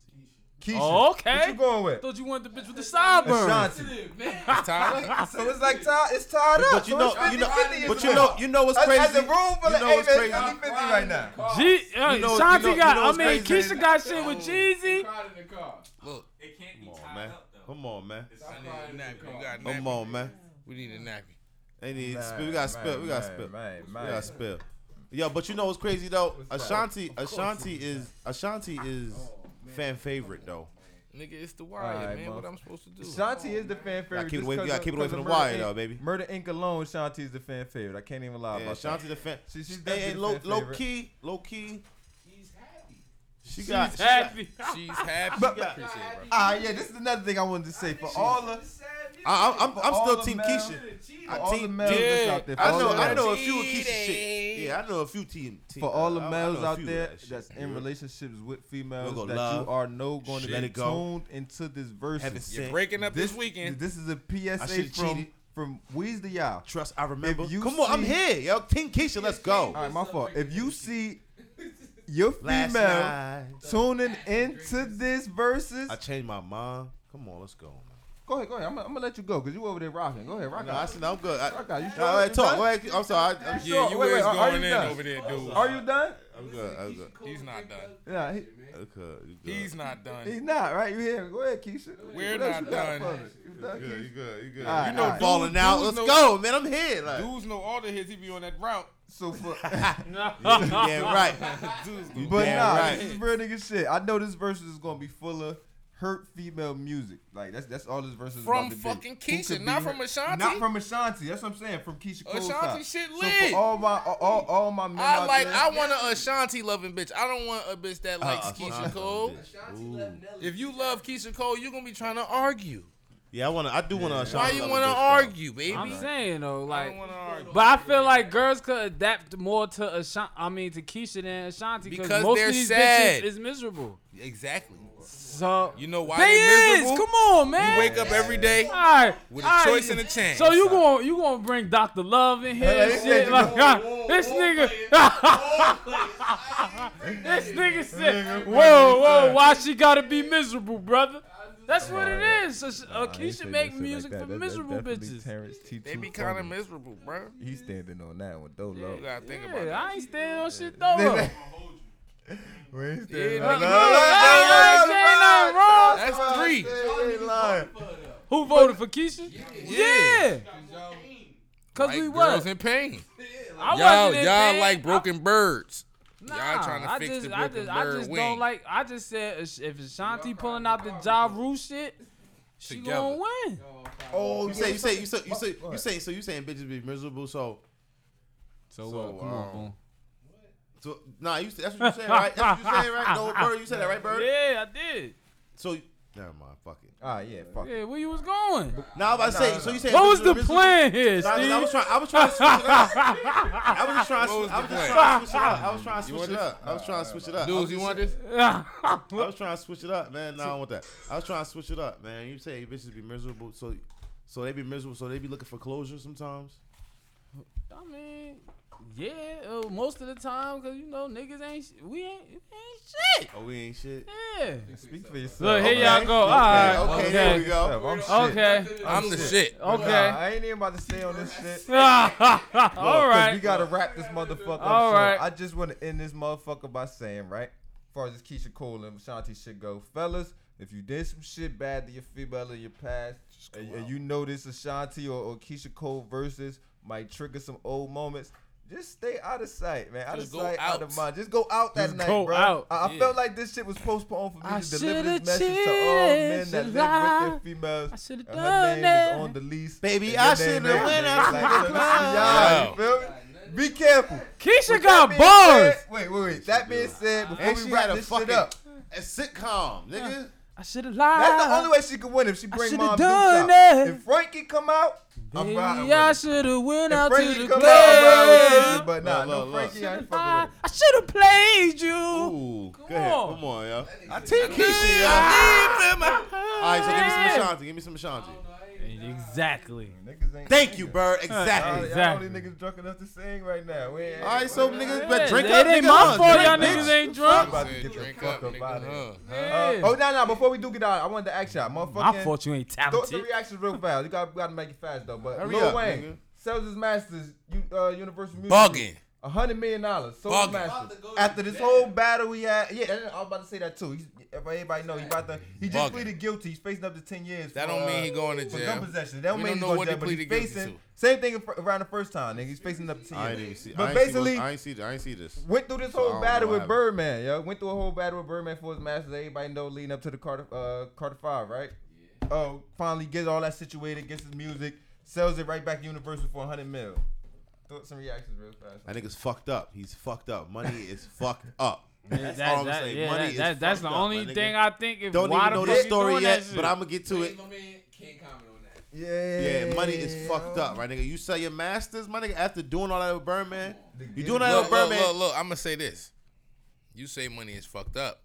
Keisha. Oh, okay. What you going with? Thought you wanted the bitch with the sideburns. Ashanti. <laughs> <laughs> Tyler. So it's like tied. It's tied up. But you So know, it's 50, you know, 50 but is you it? know, you know what's As- crazy. As a room full you of know what's Amen, crazy. 50 50 right now. G, uh, You know- Ashanti you know- got. you know what's I mean, crazy is- Keisha got shit with Jeezy. Cried in the car. Look, It can't be Come on, tied man. up though. Come on, man. I need a nappy. You got a Come nappy? on, man. We need a nappy. They need Man, spill. We got man, spill. We got man, spill. man, We man. got spill. Yo, but you know what's crazy though? that? Ashanti, Ashanti is Ashanti is Oh, fan favorite though. Nigga, it's the wire, Alright, man. man. What I'm supposed to do? Shanti is the fan favorite. keep it just away- we 'cause gotta of- keep it away 'cause from of the wire, Murder, though, Inc. baby. Murder Inc. alone, Shanti is the fan favorite. I can't even lie Yeah, about Ashanti the fan. She- she's they definitely ain't the low, fan low favorite. key, low key. He's happy. She got she got- Happy. <laughs> She's happy. But- Appreciate it, bro. Ah, yeah, this is another thing I wanted to say. For all the, I, I'm, For I'm, I'm all still the Team male- Keisha. for I all the team- males that's yeah, out there, for I all know, the I males- know a few of Keisha shit. Yeah, I know a few team. team uh, for all the I- I males know a out few of there that shit. that's in relationships with females We'll go that love, you are no going to let be it go. tuned into this verse. Heaven sent. You're breaking up this, weekend. This is a PSA should've from cheated. from Weez to y'all. Trust, I remember. you Come on, I'm see- here, yo. Team Keisha, let's go. All right, my fault. If you see your Last female night, tuning into this versus, I changed my mind. Come on, let's go. man. go ahead, go ahead. I'm, I'm gonna let you go because you over there rocking. Go ahead, rock No, I out. said no, I'm good. I, Rock out. You no, all sure? right, You talk. done? Go ahead. I'm sorry. I, am yeah, you Wait, wait, is are- are going in you done? over there, dude. Are you done? good. I'm good. He's not done. Yeah, he, Okay, you good. He's not he's done. not right. You hear? him? Go ahead, Keisha. We're What else not you got done. for us? You done, good. Keisha? You good. You good. All right, you know, all right. falling Dudes- out. dudes Let's know- go, man. I'm here. Like, Dudes know all the hits. He be on that route. So for <laughs> yeah, right. <laughs> Dudes You know. But damn nah, right. this is real nigga shit. I know this verse is gonna be full of hurt female music. Like that's that's all this verse is From about to be. fucking Who could Keisha, be not hurt- from Ashanti. Not from Ashanti. That's what I'm saying. From Keisha Cole. Ashanti shit So lit. for all my all, all, all my men I out like. there- I want a Ashanti loving bitch. I don't want a bitch that likes Uh, Keisha Ashanti, Cole. bitch. If you love Keisha Cole, you're gonna be trying to argue. Yeah, I wanna. I do wanna. Ashanti Why you love a wanna bitch, though. argue, baby? I'm saying though, I like, don't wanna argue. but I feel like girls could adapt more to Ashanti. I mean, to Keisha than Ashanti Because because most they're of these sad. bitches is miserable. Exactly. So You know why they they is. miserable? Come on, man. You wake up every day All right, with a all right. choice and a chance. So you going you gonna bring Doctor Love in here and shit? nigga- Like, this nigga, this nigga said, "Whoa, whoa, why she gotta be miserable, brother?" That's what it is. So, sh- uh, Keisha make music for miserable bitches. they be kind of miserable, bro. He's standing on that one though, You gotta think about Yeah, that. I ain't staying on shit though. <laughs> oh. Yeah, Look, no, look, ain't- ain't- ain't nothing wrong. That's three. Who voted for Keisha? Yeah, cause Like we girls was. in pain. I Y'all, wasn't in y'all pain. like broken birds. Nah, y'all trying to I fix just, the I broken just, bird I just wing. don't like. I just said if if Ashanti pulling out the Ja Rule shit, she Together. gonna win. Oh, you say you say you say you say you say so you saying bitches be miserable. So So, So, what? Come on, um, boom. so nah, you that's what you saying, right? That's what you saying, right? No, Bird, you said that, right, Bird? Yeah, I did. So never mind, fuck it. Ah, yeah, fuck. it. Yeah, where you was going? Now I was about to say, so you saying What was bitches the be miserable? plan here, Nah, 'cause I was Steve? trying. I was trying to switch it <laughs> up. I was just trying. What was I was the plan? just trying to switch it up. I was trying to switch it up. I was trying to switch it up. I was Dudes, you just- want this? <laughs> I was trying to switch it up, man. No, I don't want that. I was trying to switch it up, man. You say bitches be miserable, so so they be miserable, so they be looking for closure sometimes. I mean, yeah, uh, most of the time, cause you know niggas ain't, sh- we ain't, we ain't shit. Oh, we ain't shit. Yeah. Speak for yourself. Look here, Okay. y'all go. All Okay, right. okay, Okay. there we Okay. go. I'm shit. Okay. I'm the shit. Nah, <laughs> I ain't even about to stay on this shit. <laughs> All Look, 'cause right. We gotta wrap this motherfucker up. All so right. I just wanna end this motherfucker by saying, right? As far as this Keisha Cole and Shanti shit go, fellas, if you did some shit bad to your female in your past, and, and you know this Ashanti or, or Keisha Cole versus might trigger some old moments. Just stay out of sight, man. Out Just of go sight, out. out. of mind. Just go out that Just night, go bro. out. I, I Yeah. felt like this shit was postponed for me I to deliver shoulda this message to all men changed that live your with their life. females. I shoulda and done her name that. is on the lease. Baby, and I your shoulda name went ain't out like to the that. club. Yeah, Yo. you feel me? Be careful. Keisha With that got being bars. said- Wait, wait, wait. That being said, before And we she wrap had a this shit fucking up, a sitcom, nigga. I should have lied. that's the only way she could win if she bring shoulda Mom Dukes Uh-huh. done out. that. If Frankie come out, I'm riding Baby, with I it. should have went If out to the Frankie come out, I'm riding with it. club. But nah, Look, look, no look. Frankie, I ain't fucking I, with it. should have played you. Ooh, Come go ahead. on. Come on, yo. I take Keisha, yo. All right, so give me some Ashanti. Give me some Ashanti. Exactly. Niggas ain't Thank you, singing. Bird. Exactly. Y'all, y'all Exactly. only niggas drunk enough to sing right now. We ain't- Uh, All right, so niggas, but Yeah, drink it up. ain't nigga, my huh? fault Drink, y'all bitch. niggas ain't drunk. about to Said get the drink fuck up, up nigga, outta here. huh? Uh, Yeah. oh, no, no. Before we do get out, I wanted to ask y'all, motherfucking. My fault you ain't Throw some talented. reactions real fast. You got, got to make it fast though. But Hurry Lil up, Wayne nigga. sells his masters, you, uh, Universal Music. Bugging. A hundred million dollars. Sold his Bugging. masters. After this whole battle we had, yeah, and I was about to say that too. He's, everybody know he about to. He just Bugging. pleaded guilty. He's facing up to ten years. That for, don't mean he uh, going to for gun jail. possession. That don't We mean don't he's know going what to he jail, but he's pleaded guilty facing to. same thing af- around the first time, nigga. He's facing up to I ain't ten even years. see. I But ain't see what- basically, I ain't see. I ain't see this. Went through this So I whole don't battle know with how- Birdman, yo. Went through a whole battle with Birdman for his masters. Everybody know leading up to the Carter uh, Carter Five, right? Oh, finally gets all that situated, gets his music, sells it right back to Universal for 100 mil. Throw some reactions real fast. That nigga's fucked up. He's fucked up. Money is fucked up. That's, all I'm that- saying. yeah, Money that- is that- that's the fucked up, only my nigga. thing I think. If Don't why even know the the fuck you story doing yet, that shit? but I'm gonna get to Wait, it. my man can't comment on that. Yeah. Yeah, money is fucked up, right, nigga? You sell your masters, my nigga, after doing all that with Birdman. You doing all that Look, with look, Birdman? look, look, I'm gonna say this. You say money is fucked up.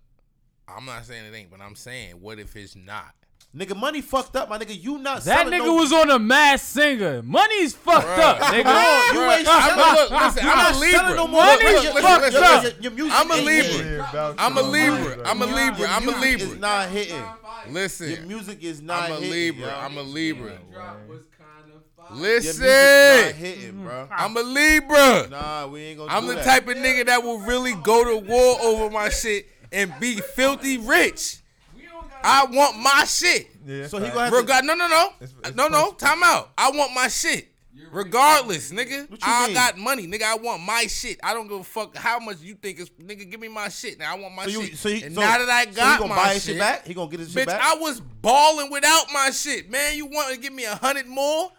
I'm not saying it ain't, but I'm saying, what if it's not? Nigga, money fucked up, my nigga. You not That selling nigga no- was on a mass singer. Money's fucked Bruh. up, nigga. You Bruh, ain't I'm selling- a, look, listen, You I'm not a selling Libra. no Look, more. look, Money is listen, fucked listen, up. listen. Your, your music I'm a ain't Libra. hitting. I'm a Libra. I'm a Libra. I'm a Your music is Libra. not hitting. Your Listen, music is not I'm a hitting. Libra. yo. I'm a Libra. Drop was kind of fire. Your music is not Listen, hitting, bro. I'm a Libra. Nah, we ain't gonna. I'm do the that. type of nigga that will really go to war over my shit and be filthy rich. We don't got I want my shit. Yeah, So he fact. gonna have to. Regard no no no It's- it's no no time out. I want my shit. Regardless, nigga, What you I mean? got money, nigga. I want my shit. I don't give a fuck how much you think is, nigga. Give me my shit. Now I want my so you, shit. so he, and so, now that I so he got gonna my buy his shit, shit back, he gonna get his shit bitch, back. I was balling without my shit, man. You want to give me a hundred more?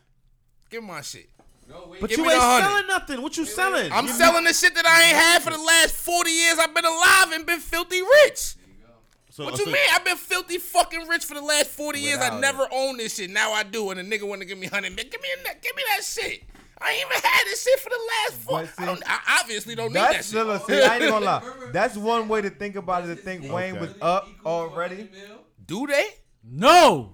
Give me my shit. no way. but give you me the ain't 100. selling nothing. What you selling? I'm You- selling the shit that I ain't had for the last forty years. I've been alive and been filthy rich. So- What you so- mean? I've been filthy fucking rich for the last 40 years. I Without never owned this shit. Now I do, and a nigga want to give me 100. Give me, that- give me that shit. I ain't even had this shit for the last four. But see, I, don't, I obviously don't need that That's shit. still a, see, I <laughs> ain't gonna lie. That's one way to think about it. To think Wayne was up already. Do they? No.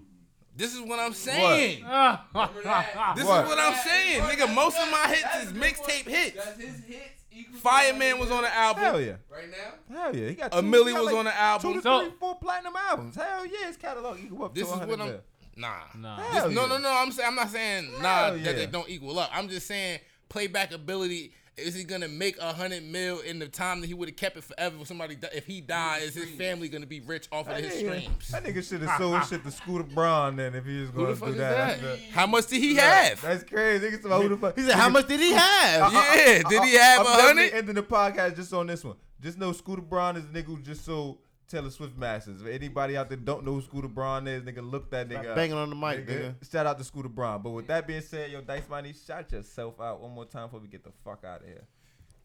This is what I'm saying. This is What? what I'm saying, nigga. Most of my hits is mixtape hits. Does his hits equal Fireman was on the album. Hell yeah. right now? Hell yeah. He got. A two- Millie he got was like on the Two to album. So- three, four platinum albums. Hell yeah, his catalog equal up This to is 100 what I'm. mil. Nah. Nah. Hell No, yeah. no, no. I'm saying I'm not saying nah Hell that yeah. they don't equal up. I'm just saying playback ability. Is he gonna make a hundred mil in the time that he would have kept it forever? If somebody, di- if he dies, is his family gonna be rich off of That his nigga- streams? That nigga should have sold shit to Scooter Braun then if he was Who gonna the fuck do is that. that? How much did he have? That's crazy. Niggas about who the fuck. He said, "How much did he have?" yeah, did he have a I'm definitely hundred? Ending the podcast just on this one. Just know Scooter Braun is the nigga who just sold Taylor Swift masters. If anybody out there don't know who Scooter Braun is, nigga, look that nigga. up. Banging on the mic, nigga. Shout out to Scooter Braun. But with that being said, yo, Dice Money, shout yourself out one more time before we get the fuck out <laughs> of here.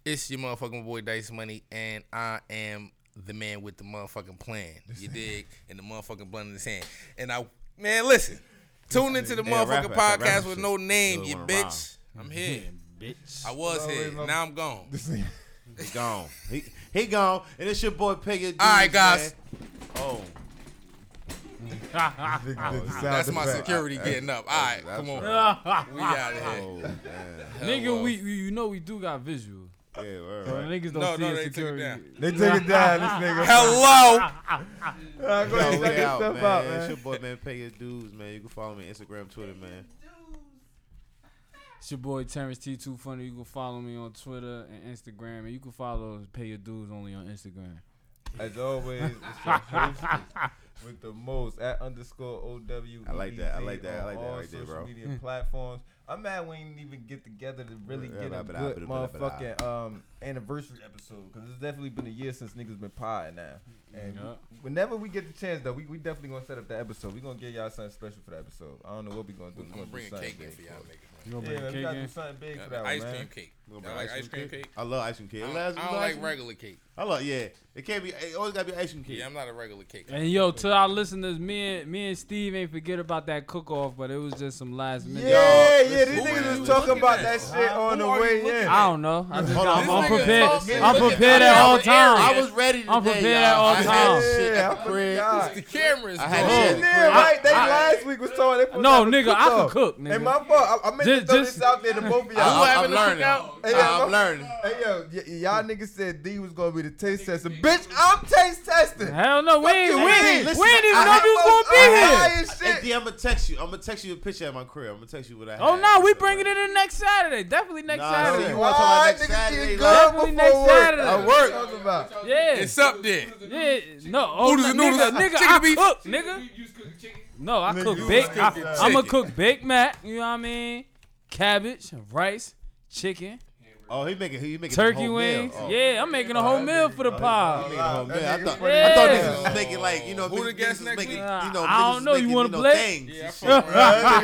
It's your motherfucking boy Dice Money, and I am the man with the motherfucking plan. You dig? And the motherfucking blunt in his hand. And I, man, listen, tune into the Yeah, rap motherfucking about that, rap podcast about with shit. no name, Good you one, bitch. I'm here. I was Always here. love- Now I'm gone. He gone. He he gone. And it's your boy Peggy. All right, guys. Oh, That's my security getting up. All right, that's come on. We <laughs> Nigga, out of here. oh man. we, we you know we do got visual. Yeah, right, So right. niggas don't No, see no, the they took it security. down. They took it down, this <laughs> nigga. Hello. All right, go Yo, ahead, we shut out, yourself man. out, It's man. your boy, man. Pay your dues, man. You can follow me on Instagram, Twitter, man. It's your boy Terrence T. Too funny. You can follow me on Twitter and Instagram, and you can follow Pay Your Dues only on Instagram. As always, it's your hostess with the most at underscore O W. E I like that, I like that, I like that All right there, social bro. Hmm. media platforms. I'm mad we didn't even get together to really Yeah, get blah, a blah, good blah, blah, blah. motherfucking um, anniversary episode because it's definitely been a year since niggas been podding now. And Yeah. whenever we get the chance, though, we, we definitely gonna set up that episode. We gonna get y'all something special for that episode. I don't know what we gonna do. I'm We gonna do bring a something cake in big for for y'all, it. You gonna Yeah, bring man, the we cake gotta do in? something big for Yeah, that ice one, cream man. cake. Little Y'all bit like of ice cream cake? I love ice cream cake. I don't, Last- I don't last- like regular cake. I love, yeah. It can't be. It always gotta be ice cream cake. Yeah, I'm not a regular cake. guy. And yo, to our listeners, me and me and Steve ain't forget about that cook off, but it was just some last minute. Yeah, yeah, these who is niggas you was talking looking about at? that shit Huh? Who on the are you way looking in. at? I don't know. I just, Hold on, I'm, this I'm nigga prepared. talking. Look I'm at- prepared I at all have an area. times. I was ready today. I'm prepared at y'all. all Oh, I had times. shit Yeah, at the I'm crib. prepared. The cameras. I had going. shit. Yeah, Crib. Oh, right. They I- last week was throwing. They put No, out a nigga, I can cook-off. cook, nigga. And my fault. I, I meant Just- to throw just- this out there to both of Who I- y'all. having I'm a learning. cookout? Hey, I'm yo. learning. Hey yo, y- y'all niggas said D was gonna be the taste tester. Bitch, I'm taste testing. Hell no, we Fuck ain't, you, we we ain't, ain't- we listen, ain't even I know had you was gonna be here. Hey, D, here. I'm gonna text you. I'm gonna text you a picture at my crib. I'm gonna text you what I had. Oh no, we bringing it in next Saturday. Definitely next Nah, Saturday. you wanna talk about next niggas Saturday, like- eating good Definitely before next work. Saturday. At work. Talking <laughs> about. Yeah. It's up there. Yeah, no, oh, Noodles and nigga, noodles. nigga, Chicken I beef. cook, nigga. You just cook chicken. No, I Nigga, cook you big. cooking I, chicken. I'm gonna cook Big Mac. You know what I mean? Cabbage, rice, chicken, Oh, he making he making a Turkey whole meal. wings. Oh. Yeah, I'm making a whole meal for the He pie. making a whole meal. I thought, Yeah. I thought niggas was making like you know Who the niggas guest was next making, week? you Nah, know I don't niggas know. was You making, wanna know, play? things Yeah, I and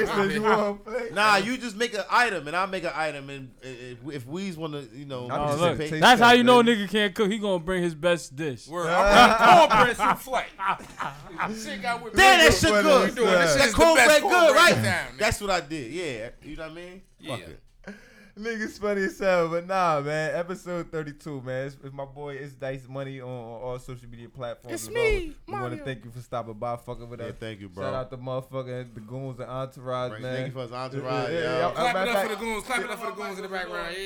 fuck around. <laughs> shit. Nah, you just make an item and I make an item and uh, if, if we's want to you know Oh, just look, taste participate- that's how test, you know a baby. nigga can't cook. He gonna bring his best dish. Word. I'm cornbread <laughs> souffle. Shit got with Damn, that me. shit What good. is doing? This That is the best cornbread good, cornbread right? in town, nigga. That's what I did. Yeah, you know what I mean? Fuck Yeah. it. Niggas funny as hell, but nah, man. Episode 32, man. It's, it's my boy, it's Dice Money on, on all social media platforms. It's As me, always, We want to Mario. thank you for stopping by, fucking with Yeah, us. thank you, bro. Shout out the motherfucking the goons and entourage, Right, man. Thank you for his entourage, Yeah, yo. yeah, yeah. Clap it Matter up for of the fact- goons. Clap it up for the goons in the background. Yeah.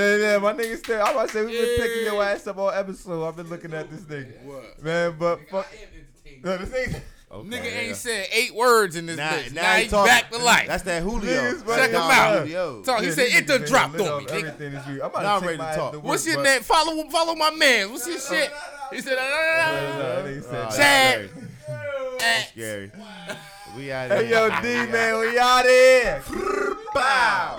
yeah, yeah, my nigga still. I about to say we've been picking your Yeah. ass up all episode. I've been looking at this nigga, What? man. But fuck, I am entertained. no, this ain't. Okay, Nigga yeah. ain't said eight words in this Nah, bitch. nah, Now, he he talking. back to life. That's that Julio. Niggas That's Check him Don out. Julio. Talk. Oh, he Yeah, said this it nigga done been dropped lit on up me. nigga. Everything this week. I'm Now about I'm to ready take to my ass talk. to work, What's your but- name? Follow him. Follow my man. What's his shit? He said, Yeah, "Ah, that nigga Chad. said- eh." Gary. We out Hey yo, D man, we out here. Bow.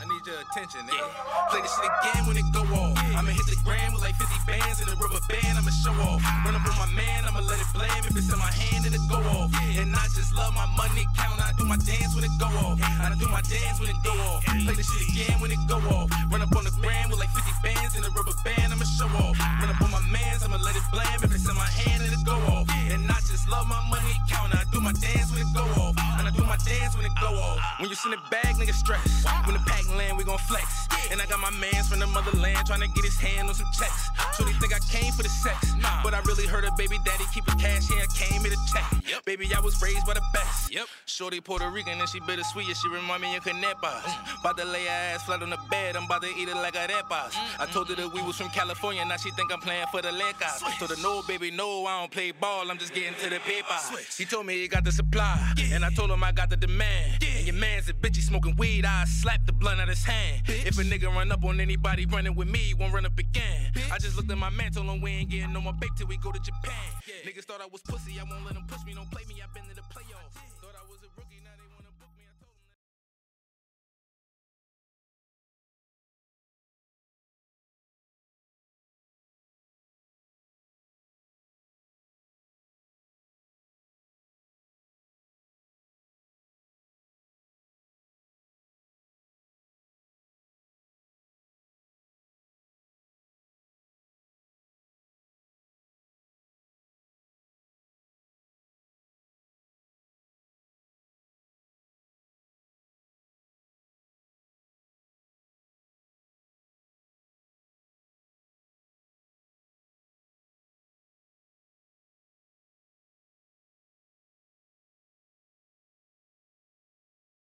I need your attention, nigga. Play this shit again when it go off. I'ma hit the gram with like 50 bands and a rubber band. I'ma show off. Run up on my man, I'ma let it blame. If it's in my hand, it'll go off. And I just love my money count. I do my dance when it go off. I do my dance when it go off. Play this shit again when it go off. Run up on the gram with like 50 bands and a rubber band. I'ma show off. Run up on my mans, I'ma let it blame. If it's in my hand, it'll go off. And I just love my money count. I do my dance when it go off. And I do my dance when it go off. When you send it back, nigga stress. When the pack land, we gon' flex. And I got my mans from the motherland tryna get his hand on some checks. So they think I came for the sex. But I really heard a baby daddy keep a cash here. I came here to check. Baby, I was raised by the best. Yep. Shorty Puerto Rican and she bittersweet. And she remind me of Canepas. About to lay her ass flat on the bed. I'm about to eat it like a repas. I told her that we was from California. Now she think I'm playing for the Lakers. Told her, no, baby, no, I don't play ball. I'm just getting to the paper. He told me he got the supply. And I told him I got the demand. And your man's a bitch, he smoking weed. I slap the blunt out his hand. If a nigga run up on anybody running with me, won't run up again. I just looked at my man, told him we ain't getting no more bake till we go to Japan. Niggas thought I was pussy, I won't let them push me, don't play me, I've been to the playoffs.